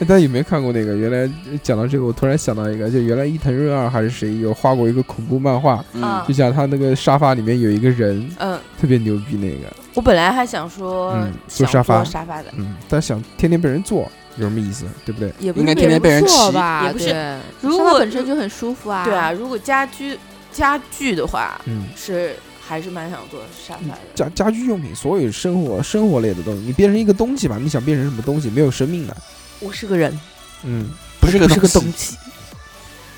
哎但也没看过那个。原来讲到这个，我突然想到一个，就原来伊藤润二还是谁有画过一个恐怖漫画，
嗯，
就讲他那个沙发里面有一个人
嗯，
特别牛逼那个，
我本来还想说
嗯
想
做沙发
沙发的，
嗯，但想天天被人做有什么意思？对不对？
也不
应该
是
天天被人骑
不错吧？
也不是
对，
如
沙发
果
本身就很舒服啊，
对啊。，如果家居家具的话，
嗯，
是还是蛮想做沙发的。
家家居用品，所有生活生活类的东西，你变成一个东西吧，你想变成什么东西？没有生命的，
我是个人，
嗯，
不是个
不是个
东西，
西，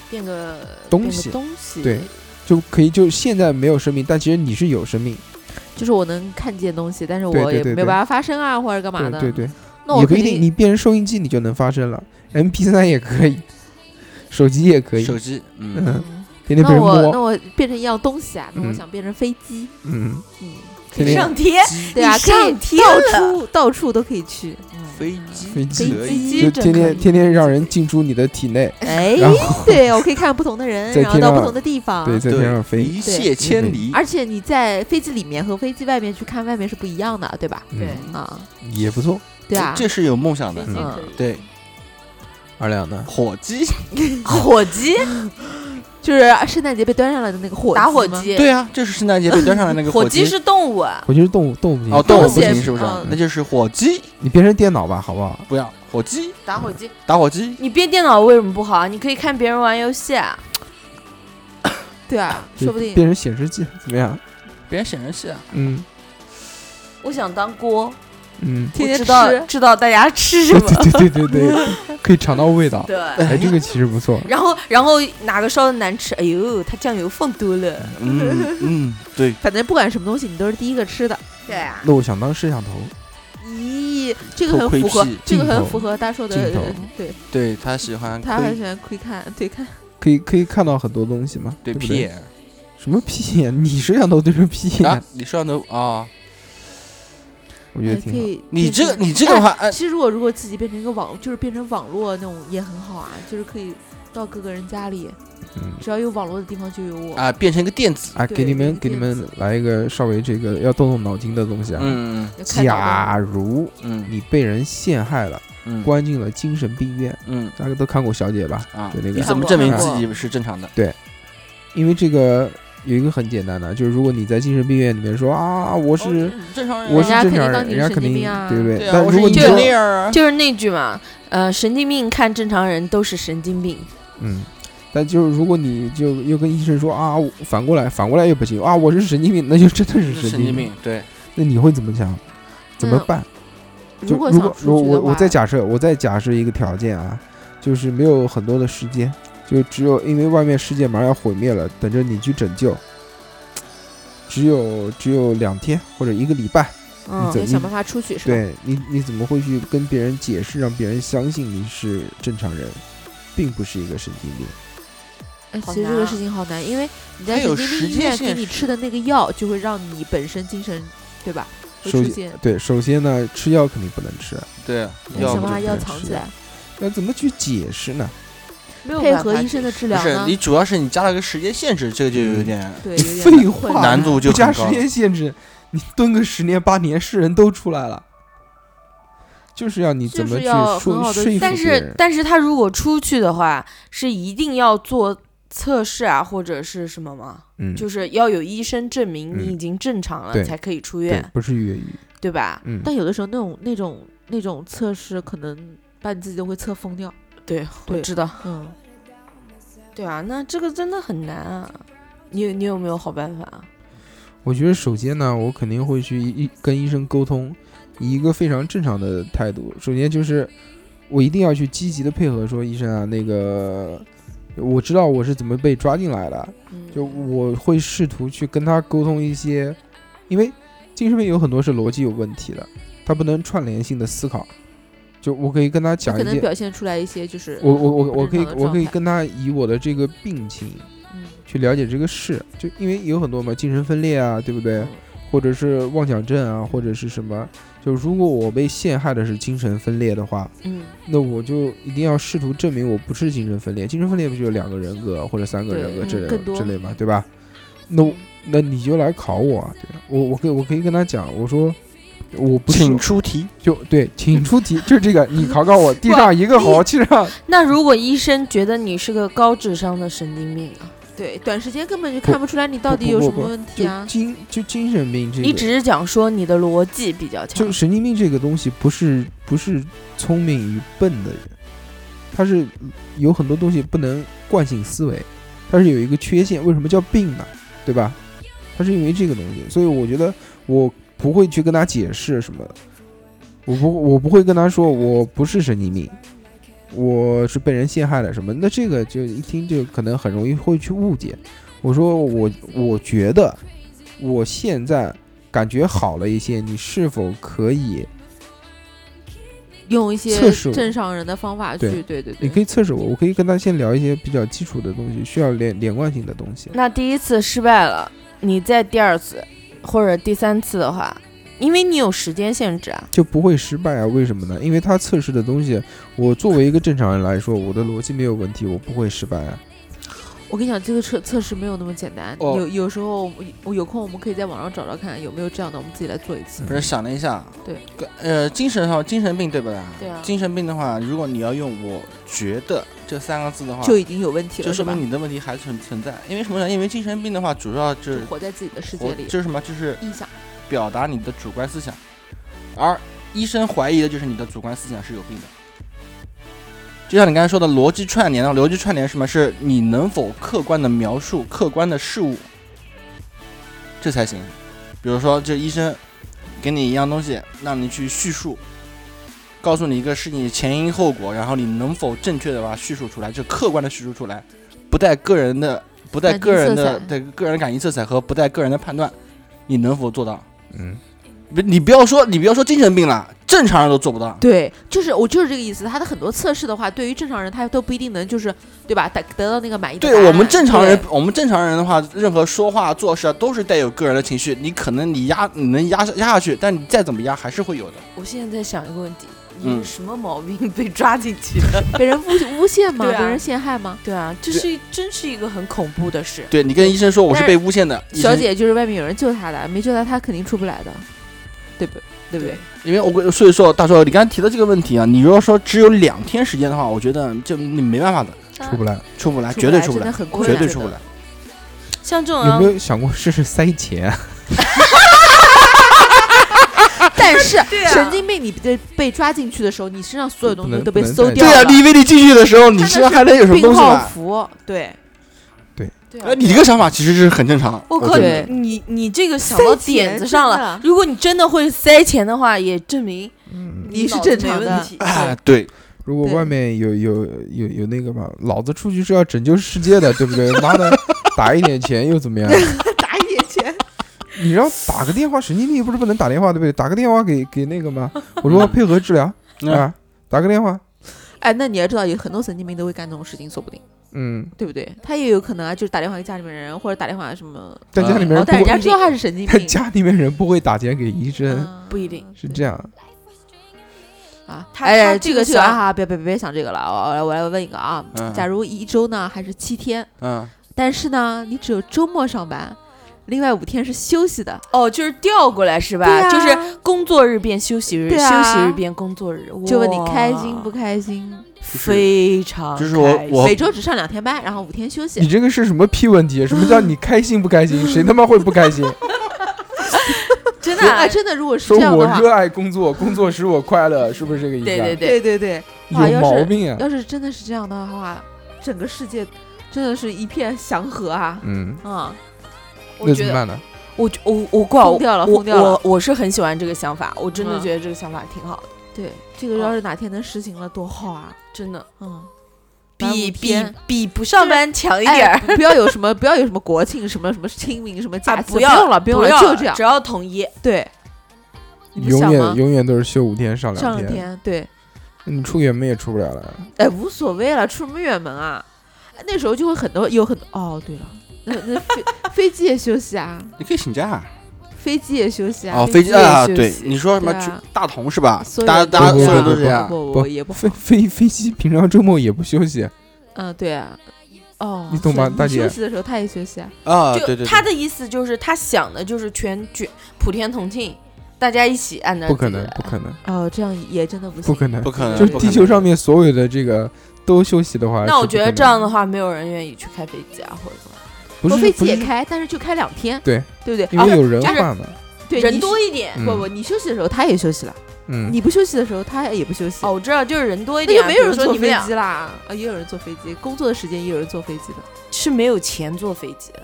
变个
东
变个
西
东西，
对，就可以就现在没有生命，但其实你是有生命，
就是我能看见东西，但是
对
我
对
也
对
没
对
有办法发声啊，或者干嘛
对
的。
对对，
那我
也不
肯
一定，你变成收音机你就能发声了，MP 3也可以，手机也可以，
手机，嗯，
嗯，
嗯
天天
那
被人
我那
摸，
我变成一样东西啊，那我
嗯
想变成飞机，
嗯，
嗯，
天天
上贴，
对啊，
你
可以
上天
到
了
处到处都可以去，
飞机，
飞机
可以
飞
就
机
天
真可
天
以
天天让人进出你的体内，
哎
然，
对我可以看不同的人，
在
然后
天
到
上
不同的地方，
对，在天上飞，
一泻千里，啊
而且你在飞机里面和飞机外面去看外面是不一样的，对吧？
嗯
对，
啊，
也不错。
对啊，
这是有梦想的
飞。机
嗯
可以，
对，
二两呢？
火鸡，
火鸡
就是圣诞节被端上来的那个火
打火
吗，
机，
对啊，这是圣诞节被端上来那 个
火
鸡
鸡是动物啊，
我就是动物动物不行
哦，动物不
东
行
西
是不是
嗯？
那就是火鸡，
你变成电脑吧，好不好？
不要火鸡，
打火机。
打火机，
你编电脑为什么不好啊？你可以看别人玩游戏啊。
对啊，
就
说不定
变成显示器怎么样？
别显示器啊！
嗯
我想当锅，
嗯，
天
我
天
知道
吃
知道大家吃什
对
么。
对对对对，可以尝到味道。
对。
哎，这个其实不错。
然后，然后哪个烧的难吃？哎呦，它酱油放多了。
嗯嗯，对，
反正不管什么东西，你都是第一个吃的。
对啊，
那我想当摄像头，
咦，这个
偷
很
窥
符合
屁，
这个
镜
很
头
符合大硕的
镜头，
呃对
对他喜欢
他很
窥
喜欢窥看，对看，
可以可以看到很多东西嘛，
对
不
屁
对？
眼
什么屁眼？你摄像头就是屁
啊
眼，，
你摄像头啊，
我觉
也哎
得
可
挺好。
以。
你
就
这
是
个你这个的话，
哎
哎，
其实如果如果自己变成一个网，就是变成网络那种也很好啊，就是可以到各个人家里，
嗯，
只要有网络的地方就有我。
啊，变成一个电子，
哎，
对
给你
有
们
点
给你们来一个稍微这个要动动脑筋的东西啊。
嗯
要看到
假如
嗯
你被人陷害了，
嗯
关进了精神病院，
嗯
大家都看过《小姐》吧？
啊，
就那个
你怎么证明自己是正常的？
因为这个有一个很简单的，就是如果你在精神病院里面说啊，我
哦
是、
哦正常啊
我
嗯人
是
家
正
肯定
常
当
人，
你
人家
是
肯
神经
定
病啊
对不对？
对啊，
但
我
如
是
果你说
那样啊，
就是那句嘛，呃，神经病看正常人都是神经病。
嗯，但就是如果你就又跟医生说啊，我反过来反过来又不行啊，我是神经病，那就真的是
是
神
神经
病
病。，对，
那你会怎么想？怎么办？就
嗯如果
如
想
果
出
如果
局的
我我
话，
再假设我再假设一个条件啊，就是没有很多的时间，就只有因为外面世界马上要毁灭了，等着你去拯救，只有只有两天或者一个礼拜。
嗯
怎
要想办法出去是吧？
对你，你怎么会去跟别人解释，让别人相信你是正常人，并不是一个神经病？
哎
好
其实这
难
个
啊
事情好难，因为你在
它有
神经
时
病医
间
院给
限制
你吃的那个药，就会让你本身精神对吧？会
首
出
先
现，
对，首先呢，吃药肯定不能吃，
对，
你
要
想
不就
办法
不
要
能
藏
吃
起来。
那怎么去解释呢？
没有
配
办
合
法
医生的治
不
疗
是
呢嗯
你，？主要是你加了个时间限制，这个就有点
对，
你
有点
废
困难
话
啊
难度就
不加
很
时
高了。
间限制，你蹲个十年八年是人都出来了，就是要你怎么
就
去
是要
说
很好
说
地
服别
但是
人。
但是他如果出去的话，是一定要做测试啊，或者是什么吗？
嗯，
就是要有医生证明你
嗯
已经正常了，
对
才可以出
对
院，，
不是越狱，
对吧？
嗯，
但有的时候那种那种那种测试，可能把你自己都会测疯掉。
对，我
对
知道。
嗯，
对啊，那这个真的很难啊。你有你有没有好办法啊？
我觉得首先呢，我肯定会去一跟医生沟通，以一个非常正常的态度。首先就是我一定要去积极的配合，说医生啊，那个我知道我是怎么被抓进来的，
嗯
就我会试图去跟他沟通一些，因为精神病有很多是逻辑有问题的，他不能串联性的思考。就我可以跟他
他
讲
可
一
能
些，
表现出来一些就是
我我我我
不正
可以
常的
我可以
状态
跟他以我的这个病情
嗯
去了解这个事，就因为有很多嘛，精神分裂啊，对不
嗯
对？或者是妄想症啊，或者是什么？就如果我被陷害的是精神分裂的话，
嗯，
那我就一定要试图证明我不是精神分裂。精神分裂不就有两个人格或者三个人格
对
这
嗯
类、
更多嗯
这类嘛，对吧？那我那你就来考我，啊，对吧我我可以我可以跟他讲，我说我不是
请出题，
就对，请出题，就这个你考 考我，地上一个好，地上
那如果医生觉得你是个高智商的神经病啊，
对，短时间根本就
不
看不出来你到
不
底
不
有
不
什
不
么问题
就
啊。
精就精神病这个，
你只是讲说你的逻辑比较强
就，神经病这个东西，不是不是聪明与笨的人，他是有很多东西不能惯性思维，它是有一个缺陷。为什么叫病呢？对吧？它是因为这个东西，所以我觉得我不会去跟他解释什么的，我不我不会跟他说我不是神经病，我是被人陷害了什么。那这个就一听就可能很容易会去误解。我说我我觉得我现在感觉好了一些，你是否可以？
用一些
测试我
正常人的方法
对
去，对对
你
对，
可以测试我，我可以跟他先聊一些比较基础的东西，需要连连贯性的东西。
那第一次失败了，你再第二次或者第三次的话，因为你有时间限制啊，
就不会失败啊？为什么呢？因为他测试的东西，我作为一个正常人来说，我的逻辑没有问题，我不会失败啊。
我跟你讲，这个测测试没有那么简单。
哦
有有时候我们我有空，我们可以在网上找找看有没有这样的，我们自己来做一次。
不是想了一下，
对
跟，呃，精神上精神病对不对？
对啊
精神病的话，如果你要用“我觉得”这三个字的话，
就已经有问题了，
就说
是吧？
明你的问题还存存在。因为什么呢？因为精神病的话，主要就
就是活在自己的世
活
界里，
就是什么，就是
臆想。
表达你的主观思想，而医生怀疑的就是你的主观思想是有病的。就像你刚才说的逻辑串联啊，逻辑串联是什么？是你能否客观的描述客观的事物，这才行。比如说，这医生给你一样东西，让你去叙述，告诉你一个事情前因后果，然后你能否正确的把它叙述出来，就客观的叙述出来，不带个人的不带
感情
个人
色
的
彩
对个人感情色彩和不带个人的判断，你能否做到？
嗯，
不，你不要说，你不要说精神病了，正常人都做不到。
对，就是我就是这个意思。他的很多测试的话，对于正常人他都不一定能就是对吧？得得到那个满意的答案。
对我们正常人
对，
我们正常人的话，任何说话做事啊，都是带有个人的情绪。你可能你压，你能压压下去，但你再怎么压，还是会有的。
我现在在想一个问题，你
嗯
有什么毛病被抓进 去的？
被人诬诬陷 吗？
对啊
被人陷害吗？
对啊，这是真是一个很恐怖的事。
对你跟医生说我是
但
被
是
诬陷的，医
小
生，
姐就是外面有人救她的，没救她她肯定出不来的，对不？对不对？
因为我跟所以说大叔，你刚才提的这个问题啊，你如果说只有两天时间的话，我觉得就你没办法的，
出不来。
出不来，
出
啊绝
不
对
来
出不
真的
来，
很困
绝
难
对
真
出不
的
来。
像这种
有
啊
没有想过试试塞钱？
但是
对啊
神经病，你被被抓进去的时候，你身上所有东
不
西
能
都被
不能
搜
带
掉
对
了。
啊，你以为你进去的时候，你身上还能有什么
病
东西
号
吗？
服， 对
对
对啊
哎，你这个想法其实是很正常啊的。
我靠，
觉得
对
你你你这个想到
塞钱
点子上
真
了
的。
如果你真的会塞钱的话，也证明
嗯，
你是
脑子
正常
没
的
问题。
哎，对，
如果
对
外面有有有有那个嘛，老子出去是要拯救世界的，对不对？妈的，打一点钱又怎么样？
打一点钱，
你让打个电话，神经病不是不能打电话，对不对？打个电话给给那 个嘛，我说配合治疗
嗯
啊，打个电话，
哎，那你要知道，有很多神经病都会干这种事情，说不定，
嗯，
对不对？他也有可能啊，就是打电话给家里面人，或者打电话什么，
但家里面
哦
人，不
但人家嗯
会，
知道他是 神经病，
家里面人不会打钱给医生，
嗯
是这样。
啊，
他
哎，
他
这
这
个
个
这
是
个啊，别别别别想这个了，我来我来问一个啊，
嗯
假如一周呢还是七天，
嗯，
但是呢你只有周末上班，另外五天是休息的，
哦，就是调过来是吧？
对啊
就是工作日变休息日，
对啊
休息日变工作日。
就问你
哇
开心不？开心？
哦
非常
就是我
开心
我
每周只上两天班，然后五天休
你
息。
这个是什么屁问题？什么叫你开心不 开心？谁他妈会不开心？
真的啊
哎，真的，如果是
说
这样
我
的话，
热爱工作，工作使我快乐，是不是这个意思
对
啊？
对对，
对对对，哇
有
要
毛
是
病啊！
要是真的是这样的话，整个世界真的是一片祥和啊！
嗯，
啊，
我
那怎
觉
么
得
办呢？
我我我怪我
疯掉了
我
疯掉了
我我是很喜欢这个想法，我真的
嗯
觉得这个想法挺好的，
对，这个要是哪天能实行了，多好啊！
真的
嗯，班
比比
五天
比不上班强一点
哎
儿。
不不要有什么，不要有什么国庆，什么什么清明，什么假
啊
期，
不要
用了，不
不
用了，
要
就这样
只。要统一。
对，你不
永
想
远
吗？
永远都是休五天上
上
两
两天，对，
你出远门也出不了了。
哎，无所谓了，出什么远门啊？哎那时候就会很多，有很多。哦，对了，那那飞飞机也休息啊，
你可以请假啊
飞机也休息啊。
哦，飞机
也
啊，
休
对，
息
你说什么
对啊
去大同是吧
所？有
大家
人
大家
都
所有
这样
人都这样，
不
不
不 也不
飞飞飞机平常周末也不休息，
嗯，对啊，哦，
你懂吧
是你
大姐
休息的时候他也休息啊，
啊，对对对，
就他的意思就是他想的就是全卷普天同庆，大家一起按照
不可
自己
能
的，
不可能，
哦，这样也真的不
不
行。
可能
不。可能，
就
不可
地
能
球上面所有的这个都休息的话，
那我
是不
觉得
可能
这样的话，没有人愿意去开飞机啊，或者怎么样，
不
我
是
飞机
不
也
是
开，但是就开两天，
对
对不对？
因为
啊
有人
就是
换嘛。
对
人
你
多
休
一点。
嗯
不不，你休息的时候他也休息了，
嗯，
你不休息的时候他也不休息
哦，。我知道，就是人多一
那
点
就
啊。
没有人
比如
坐
说你们
飞
俩
机啦，啊，也有人坐飞机，工作的时间也有人坐飞机的。
是没有钱坐飞机的，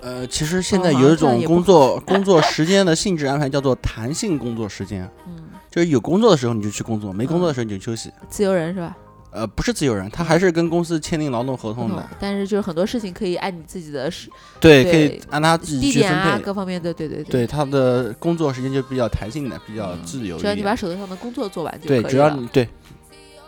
呃，其实现
哦
在
好
有一
像这样
种
也不
工作工作时间的性质安排叫做弹性工作时间，
嗯，
就是有工作的时候你就去工作，没工作的时候你就休息。
自由人是吧？
呃，不是自由人，他还是跟公司签订劳动合同的，
但是就是很多事情可以按你自己的时
对，
对
可以按他自己
地
去
点
分
啊，
配。
各方面的，对对对
对，他的工作时间就比较弹性的，比较自由一
嗯只要你把
点。
手头上的工作做完就可以
对，
了。
只要你对，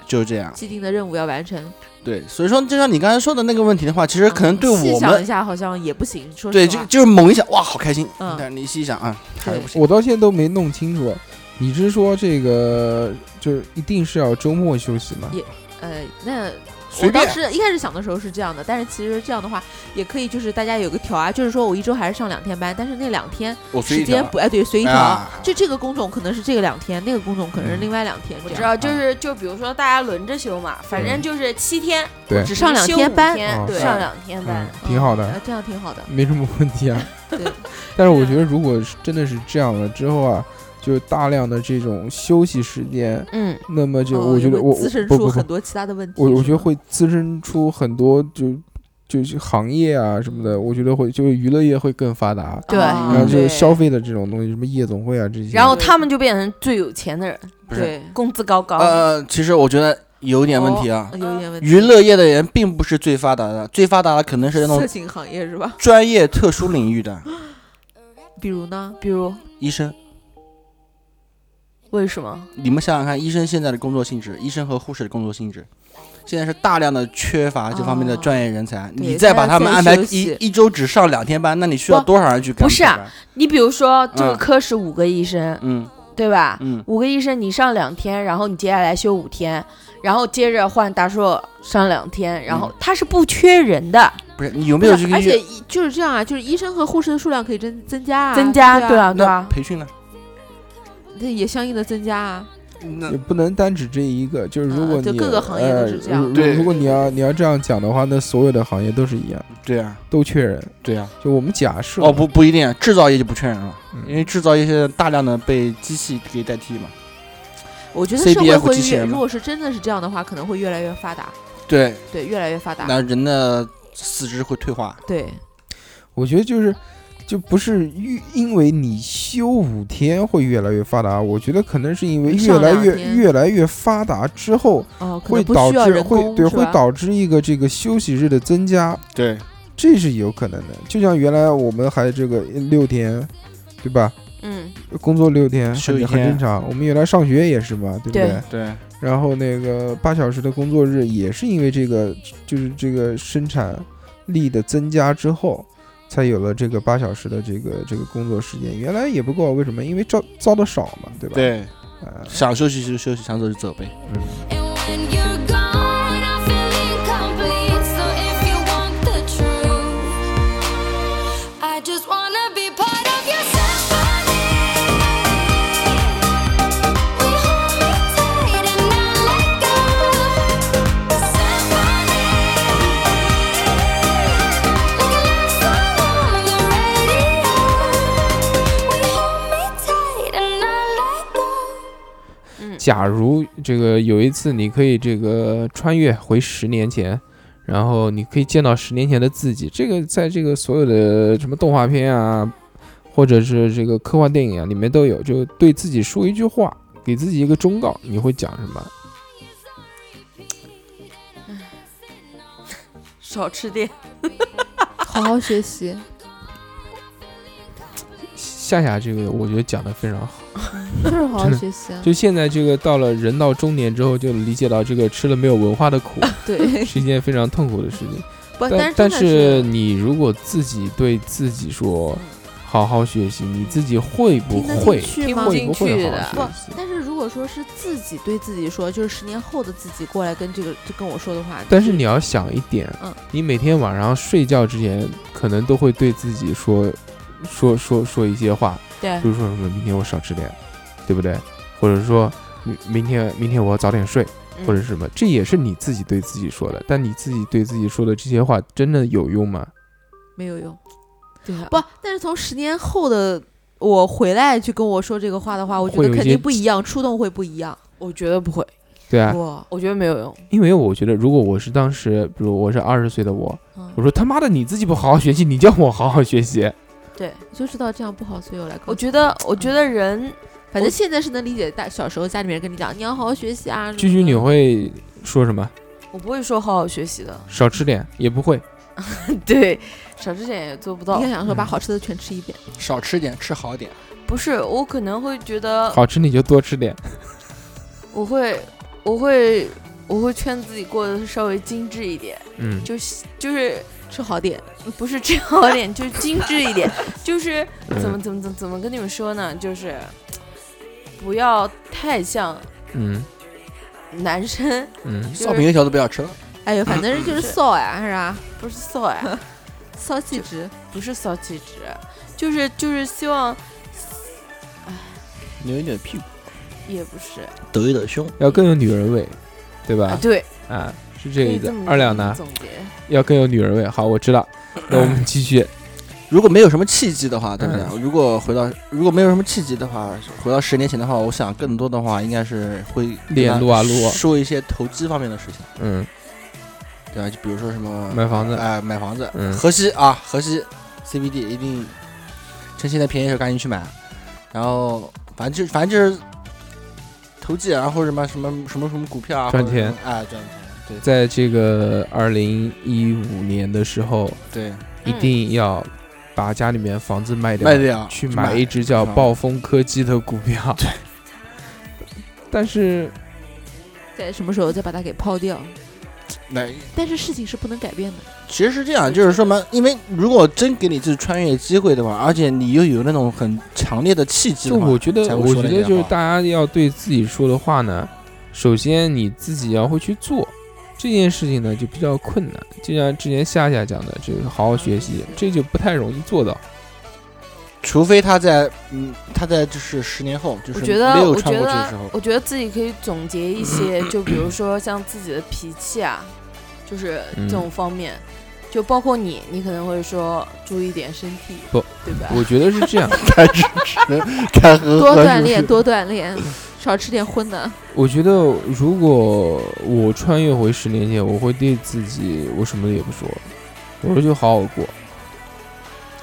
就是这样。
既定的任务要完成，
对，所以说就像你刚才说的那个问题的话，其实可能对
嗯细
我
想一
们，
下好像也不行，说
对，
实
就
话
就是猛一想，哇，好开心。
嗯
但是你细想啊，还是
对
不行。
我到现在都没弄清楚，你是说这个就是一定是要周末休息吗？
呃，那
随
我当
便
时一开始想的时候是这样的，但是其实这样的话也可以，就是大家有个调啊，就是说我一周还是上两天班，但是那两天
我随
时
意调
间
啊。
不哎对随意调，
啊嗯
就这个工种可能是这个两天，那个工种可能是另外两天，
我
这
知
样。
道，就是就比如说大家轮着休嘛，反正就是七天，
对
我只是
上两
休
天
五
班
哦
对，
对
上两天班
嗯，，挺好的
嗯，，这样挺好的。
没什么问题啊。
对， 啊
但是我觉得如果是真的是这样了之后啊，就是大量的这种休息时间，
嗯，
那么就
哦
我觉
也
得
会
我
滋生
不
出
不
很
不，
多其他的问题。
我我
是
觉得
吗
会滋生出很多就就是行业啊什么的，我觉得会就是娱乐业会更发达，
对
啊
然后就是
对
消费的这种东西，什么夜总会啊这些，
然后他们就变成最有钱的人，
不是啊
对
工资高高。
呃，其实我觉得有点问题啊。
呃有一点问题。
娱乐业的人并不是最发达的，最发达的可能是那
色
种
情行业是吧？
专业特殊领域的
比如呢？
比如
医生。
为什么？
你们想想看，医生现在的工作性质，医生和护士的工作性质，现在是大量的缺乏这方面的
哦
专业人才。
对
你再把他们安排
大家在
一
休息
一周只上两天班，那你需要
不
多少人去干这个班？
不是啊你比如说这个
嗯
科室五个医生，
嗯
对吧？
嗯，
五个医生，你上两天，然后你接下来休五天，然后接着换大硕上两天，然后他是不缺人的，
不是你有没有
不
这
是
个
而
意愿
且一就是这样啊，就是医生和护士的数量可以增增加啊，
增加，
对啊，
啊，对
那
啊，
培训呢？
那也相应的增加啊。
那
也不能单指这一个，就是如
嗯
果你、
就各个行业都是这样
呃、如
对
如果你要你要这样讲的话，那所有的行业都是一样，
对啊，
都缺人。
对啊。
就我们假设
哦，不不一定，制造业就不缺人了，
嗯
因为制造业现在大量的被机器给代替嘛。
我觉得社
CBF
会会
机器
越，
人嘛
如果是真的是这样的话，可能会越来越发达，
对，
对，越来越发达，
那人的四肢会退化。
对，
我觉得就是就不是因因为你休五天会越来越发达，我觉得可能是因为越
上
来
两
越
天
越来越发达之后，
哦，可
会
能不
导
需要
致
人
会
工，
对
是
会
吧
导致一个这个休息日的增加，
对，
这是有可能的。就像原来我们还这个六天，对吧？
嗯，
工作六天
休
很
一
很
天
正常。我们原来上学也是嘛，对不
对
对，
然后那个八小时的工作日也是因为这个，就是这个生产力的增加之后，才有了这个啊八小时的这个这个工作时间。原来也不够，为什么？因为招招的少嘛，对吧？。
对，
呃，
想休息就休息，想走就走呗。
And when you're gone, I feel incomplete. So if you want the truth, I just wanna be part of your symphony. We hold tight and not let go. Symphony, like a love song on the radio. We hold me tight and not let go.
假如这个有一次你可以这个穿越回十年前，然后你可以见到十年前的自己，这个在这个所有的什么动画片啊，或者是这个科幻电影啊里面都有，就对自己说一句话，给自己一个忠告，你会讲什么？
少吃点。
好好学习。
夏夏这个我觉得讲的非常好，
就是好好学习啊。
就现在这个到了人到中年之后，就理解到这个吃了没有文化的苦
对，
是一件非常痛苦的事情。
不，
但
哦是真的
是你如果自己对自己说好好学习，你自己会不
听得进
会
去吗？
不
会
进
不会
去
好
的
好
不
学习？，
但是如果说是自己对自己说，就是十年后的自己过来跟这个就跟我说的话，
但是你要想一点
嗯，
你每天晚上睡觉之前，可能都会对自己说说说说一些话，
对
嗯
比如说什么明天我少吃点，对不对？或者说明明天明天我要早点睡，
嗯
或者是什么，这也是你自己对自己说的。但你自己对自己说的这些话，真的有用吗？
没有用。
对啊，
不，但是从十年后的我回来去跟我说这个话的话，我觉
会
得
有一
肯
些
定不一样，触动会不一样。
我觉得不会，
对啊，
哇，
我觉得没有用。
因为我觉得，如果我是当时，比如我是二十岁的我，
嗯
我说他妈的你自己不好好学习，你叫我好好学习，
对，
你就知道这样不好，所以我来告
我
诉你。
觉得，我觉得人
反正现在是能理解大小时候家里面跟你讲，你要好好学习啊。
居居你
牛，
会说什么？
我不会说好好学习的，
少吃点也不会，
对，少吃点也做不
你
到
该。
嗯
想说把好吃的全吃一遍。
少吃点，吃好点。
不是，我可能会觉得，
好吃你就多吃点。
我会，我会，我会劝自己过得稍微精致一点，
嗯，
就是就是
吃好点，
不是吃好一点，就是精致一点，就是
嗯
怎么怎么怎么怎么跟你们说呢？就是不要太像
嗯
男生，
嗯，
就是
烧饼油条都不要吃了，
哎呦，反正就是
是
骚呀，是吧？
不是骚呀、
骚气质，
不是骚气质，就是就是希望
扭一扭屁股，
也不是
抖一抖胸。
要更有女人味，对
啊
吧，？
对，
啊，是
可
这个
以
意思
这。么
二两呢，
总结，
要更有女人味。好，我知道。那我们继续。
如果没有什么契机的话，对不对？如果回到如果没有什么契机的话，回到十年前的话，我想更多的话应该是会
练
跟他
撸啊撸啊
说一些投机方面的事情，
嗯，
对吧？就比如说什么
买房子。
哎、买房子，
嗯
河西啊，河西 CBD 一定趁现在便宜的时候赶紧去买，然后反正就反正就是投机啊，或者什么什么什么什么股票啊，
赚
或者什
钱
么哎，赚钱，对
在这个二零一五年的时候，
对，
嗯
一定要把家里面房子卖掉，
卖掉
去
去
买
买
一只叫
房
暴风科技的股票。 对，但是
在什么时候再把它给抛掉？
那
但是事情是不能改变的。
其实是这样，就是说嘛，因为如果真给你这穿越机会的话，而且你又有那种很强烈的契机
就
的话，
我觉得
才，会
我
说
觉
那
得
些
就是
话
大家要对自己说的话呢，首先你自己要会去做这件事情呢，就比较困难。就像之前夏夏讲的，这个好好学习，这就不太容易做 到。
除非他在嗯，他在就是十年后，就是
我觉得
没有
我
穿
觉
过去的时
得
候，
我觉得自己可以总结一 些，就比如说像自己的脾气啊，就是
嗯
这种方面。就包括你，你可能会说注意点身体，
不
对吧？
我觉得是这样，
开始只能开喝
多
喝
锻
是
炼，
不是
多锻炼，少吃点荤的。
我觉得如果我穿越回十年前，我会对自己，我什么也不说，我就好好过。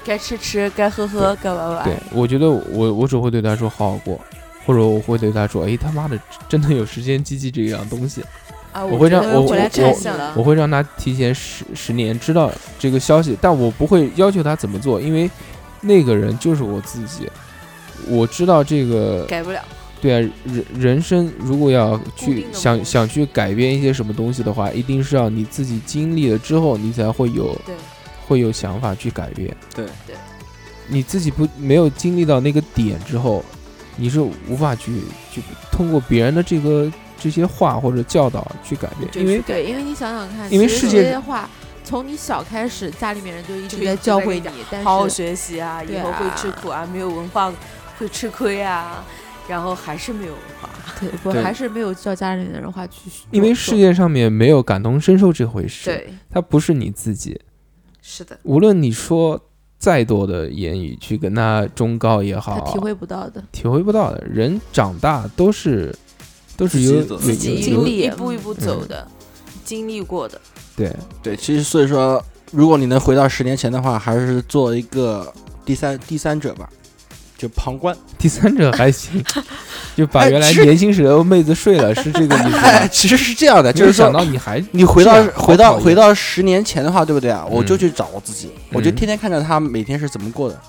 该吃吃，该喝喝，该玩玩。
对，我觉得我我只会对他说好好过，或者我会对他说，哎他妈的，真的有时间机器这样东西，
啊，
我会
觉
让
得
我
回
我
来
我
看一下了。
我会让他提前十十年知道这个消息，但我不会要求他怎么做，因为那个人就是我自己，我知道这个
改不了，
对啊，人人生如果要去
定的模
想
式
想去改变一些什么东西的话，一定是要你自己经历了之后，你才会有
对
会有想法去改变。
对
对，
你自己不没有经历到那个点之后，你是无法去去通过别人的这个这些话或者教导去改变，
就
因为
是
对，因为你想想看，
因为
其实
世
这
界
些话，从你小开始，家里面人就一直
就一
在
直
教
在跟
会
你
你
讲，
但
好好
是
学习啊，以
对
后会
啊
吃苦啊，没有文化会吃亏啊，然后还是没有文化。
对不
对
还是没有照家里人的话去做。
因为世界上面没有感同身受这回事，
对，
它不是你自己，
是的，
无论你说再多的言语去跟他忠告也
他
好，
体会不到的，
体会不到的。人长大都是都是
自
有
己走的
有
自己
有嗯
一
经
路
历
一步一步走的，经历过的，
对
对，其实所以说，如果你能回到十年前的话，还是做一个第三第三者吧，就旁观。
第三者还行，就把
哎
原来
是
年轻时候妹子睡了，是这个意思
哎，
吗？
其实是这样的，
就
就是是
想
说，
到你还
你回到
是啊
回
好讨
到
厌
回到十年前的话，对不对啊？我就
嗯
去找我自己，我就
嗯
天天看着他每天是怎么过的。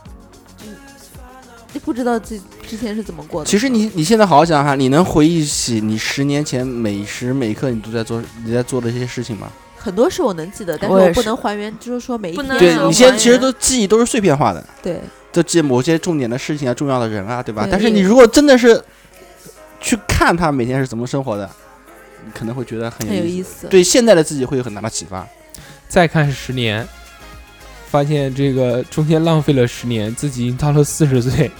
你不知道自己之前是怎么过的。
其实你你现在好好想想，你能回忆起你十年前每时每刻你都在做你在做的一些事情吗？
很多是我能记得，但是
我也
我不
是
能还原，就是说每一
不
天
能
对
嗯
你现在
还
其实
原
都记忆都是碎片化的，
对
都记某些重点的事情啊、重要的人啊，对吧？
对
但是
对
你如果真的是去看他每天是怎么生活的，你可能会觉得很
很有
有
意
思。
思。
嗯对现在的自己会有很大的启发，
再看十年，发现这个中间浪费了十年，自己已经到了四十岁。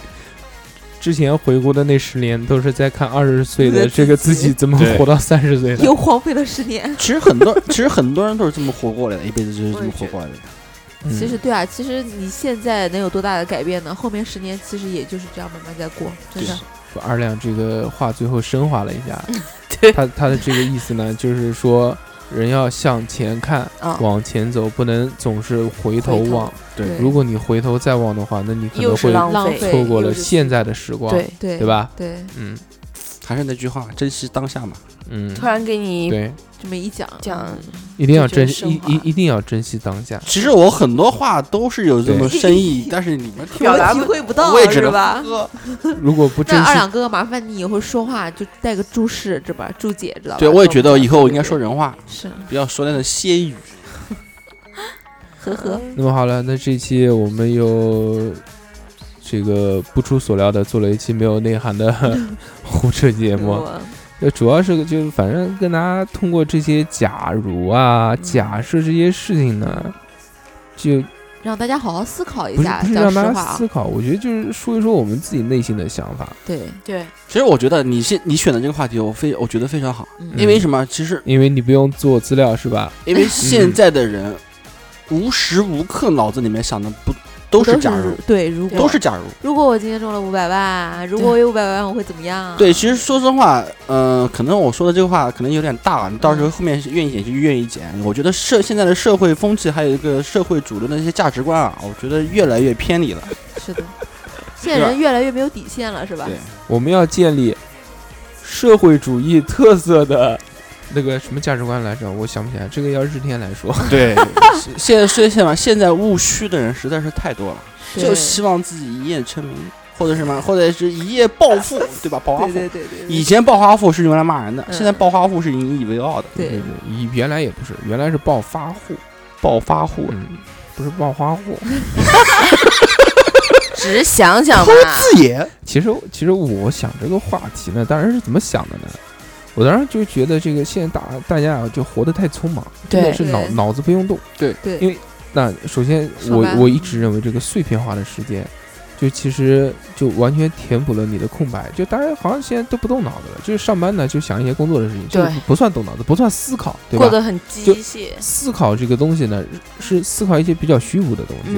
之前回顾的那十年，都是在看二十岁的这个自己怎么
对
活到三十岁的。
又荒废了十年。
其实很多， 其实很多人都是这么活过来的，一辈子就是这
我也
么
觉
活
得
过来的。
嗯
其实对啊，其实你现在能有多大的改变呢？后面十年其实也就是这样慢慢在过，真的。
把二两这个话最后升华了一下，
对
他他的这个意思呢，就是说人要向前看，
啊
嗯
往前走，不能总是回头
回头
望。
对
对
如果你回头再望的话，那你可能
又是
会
浪
浪
费，
费
错过
又
了
是
现在的时光，
对，
对
对？吧？
对，
嗯
还是那句话，珍惜当下嘛。
嗯，
突然给你
对，
这么一讲，嗯
讲
一定要
就觉得
珍惜，
升
一
华
一一定要珍惜 当下。
其实我很多话都是有这么
对
深意，但是你们听不
表
我
达
到
体
不
会不到
我也只
是
能
吧？
喝。
如果不珍
那二
惜，
两哥，麻烦你以后说话就带个注释，知道吧？注解，知道吧？
对，我也觉得以后我应该
对
说人话，
是，
不要说那种歇语。
呵呵，
那么好了，那这一期我们又这个不出所料的做了一期没有内涵的 胡扯节目。
我
呃，主要是就是反正跟大家通过这些假如啊、
嗯
假设这些事情呢，就
让大家好好思考一
不是
下，
不是
讲
让
实
大
话
家
啊
思，考，我觉得就是说一说我们自己内心的想法，
对，
对
其实我觉得你现你选的这个话题，我非我觉得非常好，
嗯
因为什么？其实
因为你不用做资料是吧？
因为现在的人无时无刻脑子里面想的不都是假如，
对，如果
都是假如。
如果我今天中了五百万，如果我有五百万，我会怎么样？啊
对，其实说实话，嗯，可能我说的这个话可能有点大，你到时候后面愿意剪就愿意剪。我觉得社现在的社会风气，还有一个社会主流的一些价值观啊，我觉得越来越偏离了。
是的，现在人越来越没有底线了，是吧？
对
我们要建立社会主义特色的那个什么价值观来着？我想不起来，这个要日天来说。
对， 现在现在嘛，现在务虚的人实在是太多了，
对
就希望自己一夜成名，或者什么，或者是一夜暴富，对吧？暴发
对
户
对。对对
以
对，
前暴发户是用来骂人的，现在
嗯
暴发户是引以为傲的。
对，
以原来也不是，原来是暴发户，
暴发户
嗯，不是暴发户。
只想想吧
偷，字眼，
其实，其实我想这个话题呢，当时是怎么想的呢？我当时就觉得这个现在大大家啊，就活得太匆忙，真的
对
是脑
对
脑子不用动。
对
因为那首先
上
我，
班
我一直认为这个碎片化的时间，就其实就完全填补了你的空白。就大家好像现在都不动脑子了，就是上班呢就想一些工作的事情，这个
对
不算动脑子，不算思考，对
过
吧？
得很机械，
思考这个东西呢，是思考一些比较虚无的东西。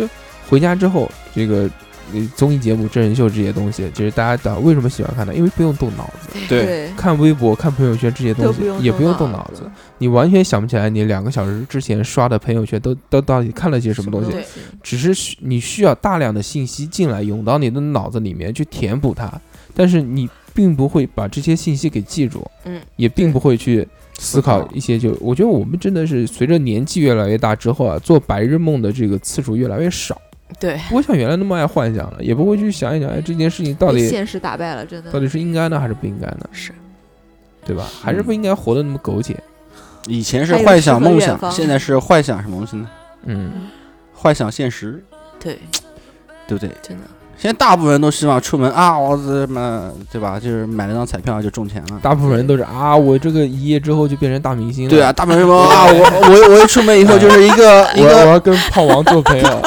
嗯，
回家之后，这个呃综艺节目、真人秀这些东西，就是大家到为什么喜欢看呢？因为不用动脑子，
对，
看微博、看朋友圈这些
都
东
不
西
用
也不用动脑
脑
子，，你完全想不起来你两个小时之前刷的朋友圈都都到底看了些什么东西
对，
只是需你需要大量的信息进来涌到你的脑子里面去填补它，但是你并不会把这些信息给记住，
嗯，
也并不会去。思考
考
一些就，我觉得我们真的是随着年纪越来越大之后啊，做白日梦的这个次数越来越少。
对，
不会像原来那么爱幻想了，也不会去想一想，哎，这件事情到
被
底
现实打败了，真
到
的。
底是应该呢，还是不应该呢？
是，
对吧？还
嗯
是不应该活得那么苟且。
以前是
还有
幻
诗
想
和
梦
远
想，
方
现在是幻想什么东西呢？
嗯，
幻想现实，
对，
对不对？
真的
现在大部分人都希望出门啊，我怎么对吧？就是买了张彩票就中钱了。
大部分人都是啊，我这个一夜之后就变成大明星了。
对啊，，大部分人说啊，我我我一出门以后就是一个一
我我
个
要跟炮王做朋 友。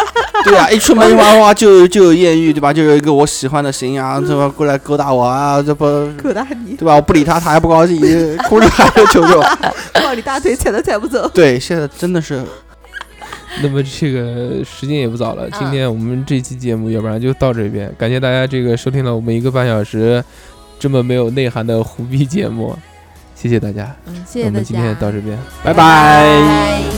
对啊，一出门的话哇就就有艳遇对吧？就有一个我喜欢的型啊，对吧？过来勾搭我啊，这不
可大你，
对吧？我不理他，他还不高兴，哭着喊着求救。
抱你大腿踩都踩不走。
对，现在真的是
那么这个时间也不早了，
嗯
今天我们这期节目要不然就到这边，感谢大家这个收听了我们一个半小时这么没有内涵的胡逼节目，谢谢大家，
嗯，谢谢大
那我
家。
们今天到这边。
拜拜
拜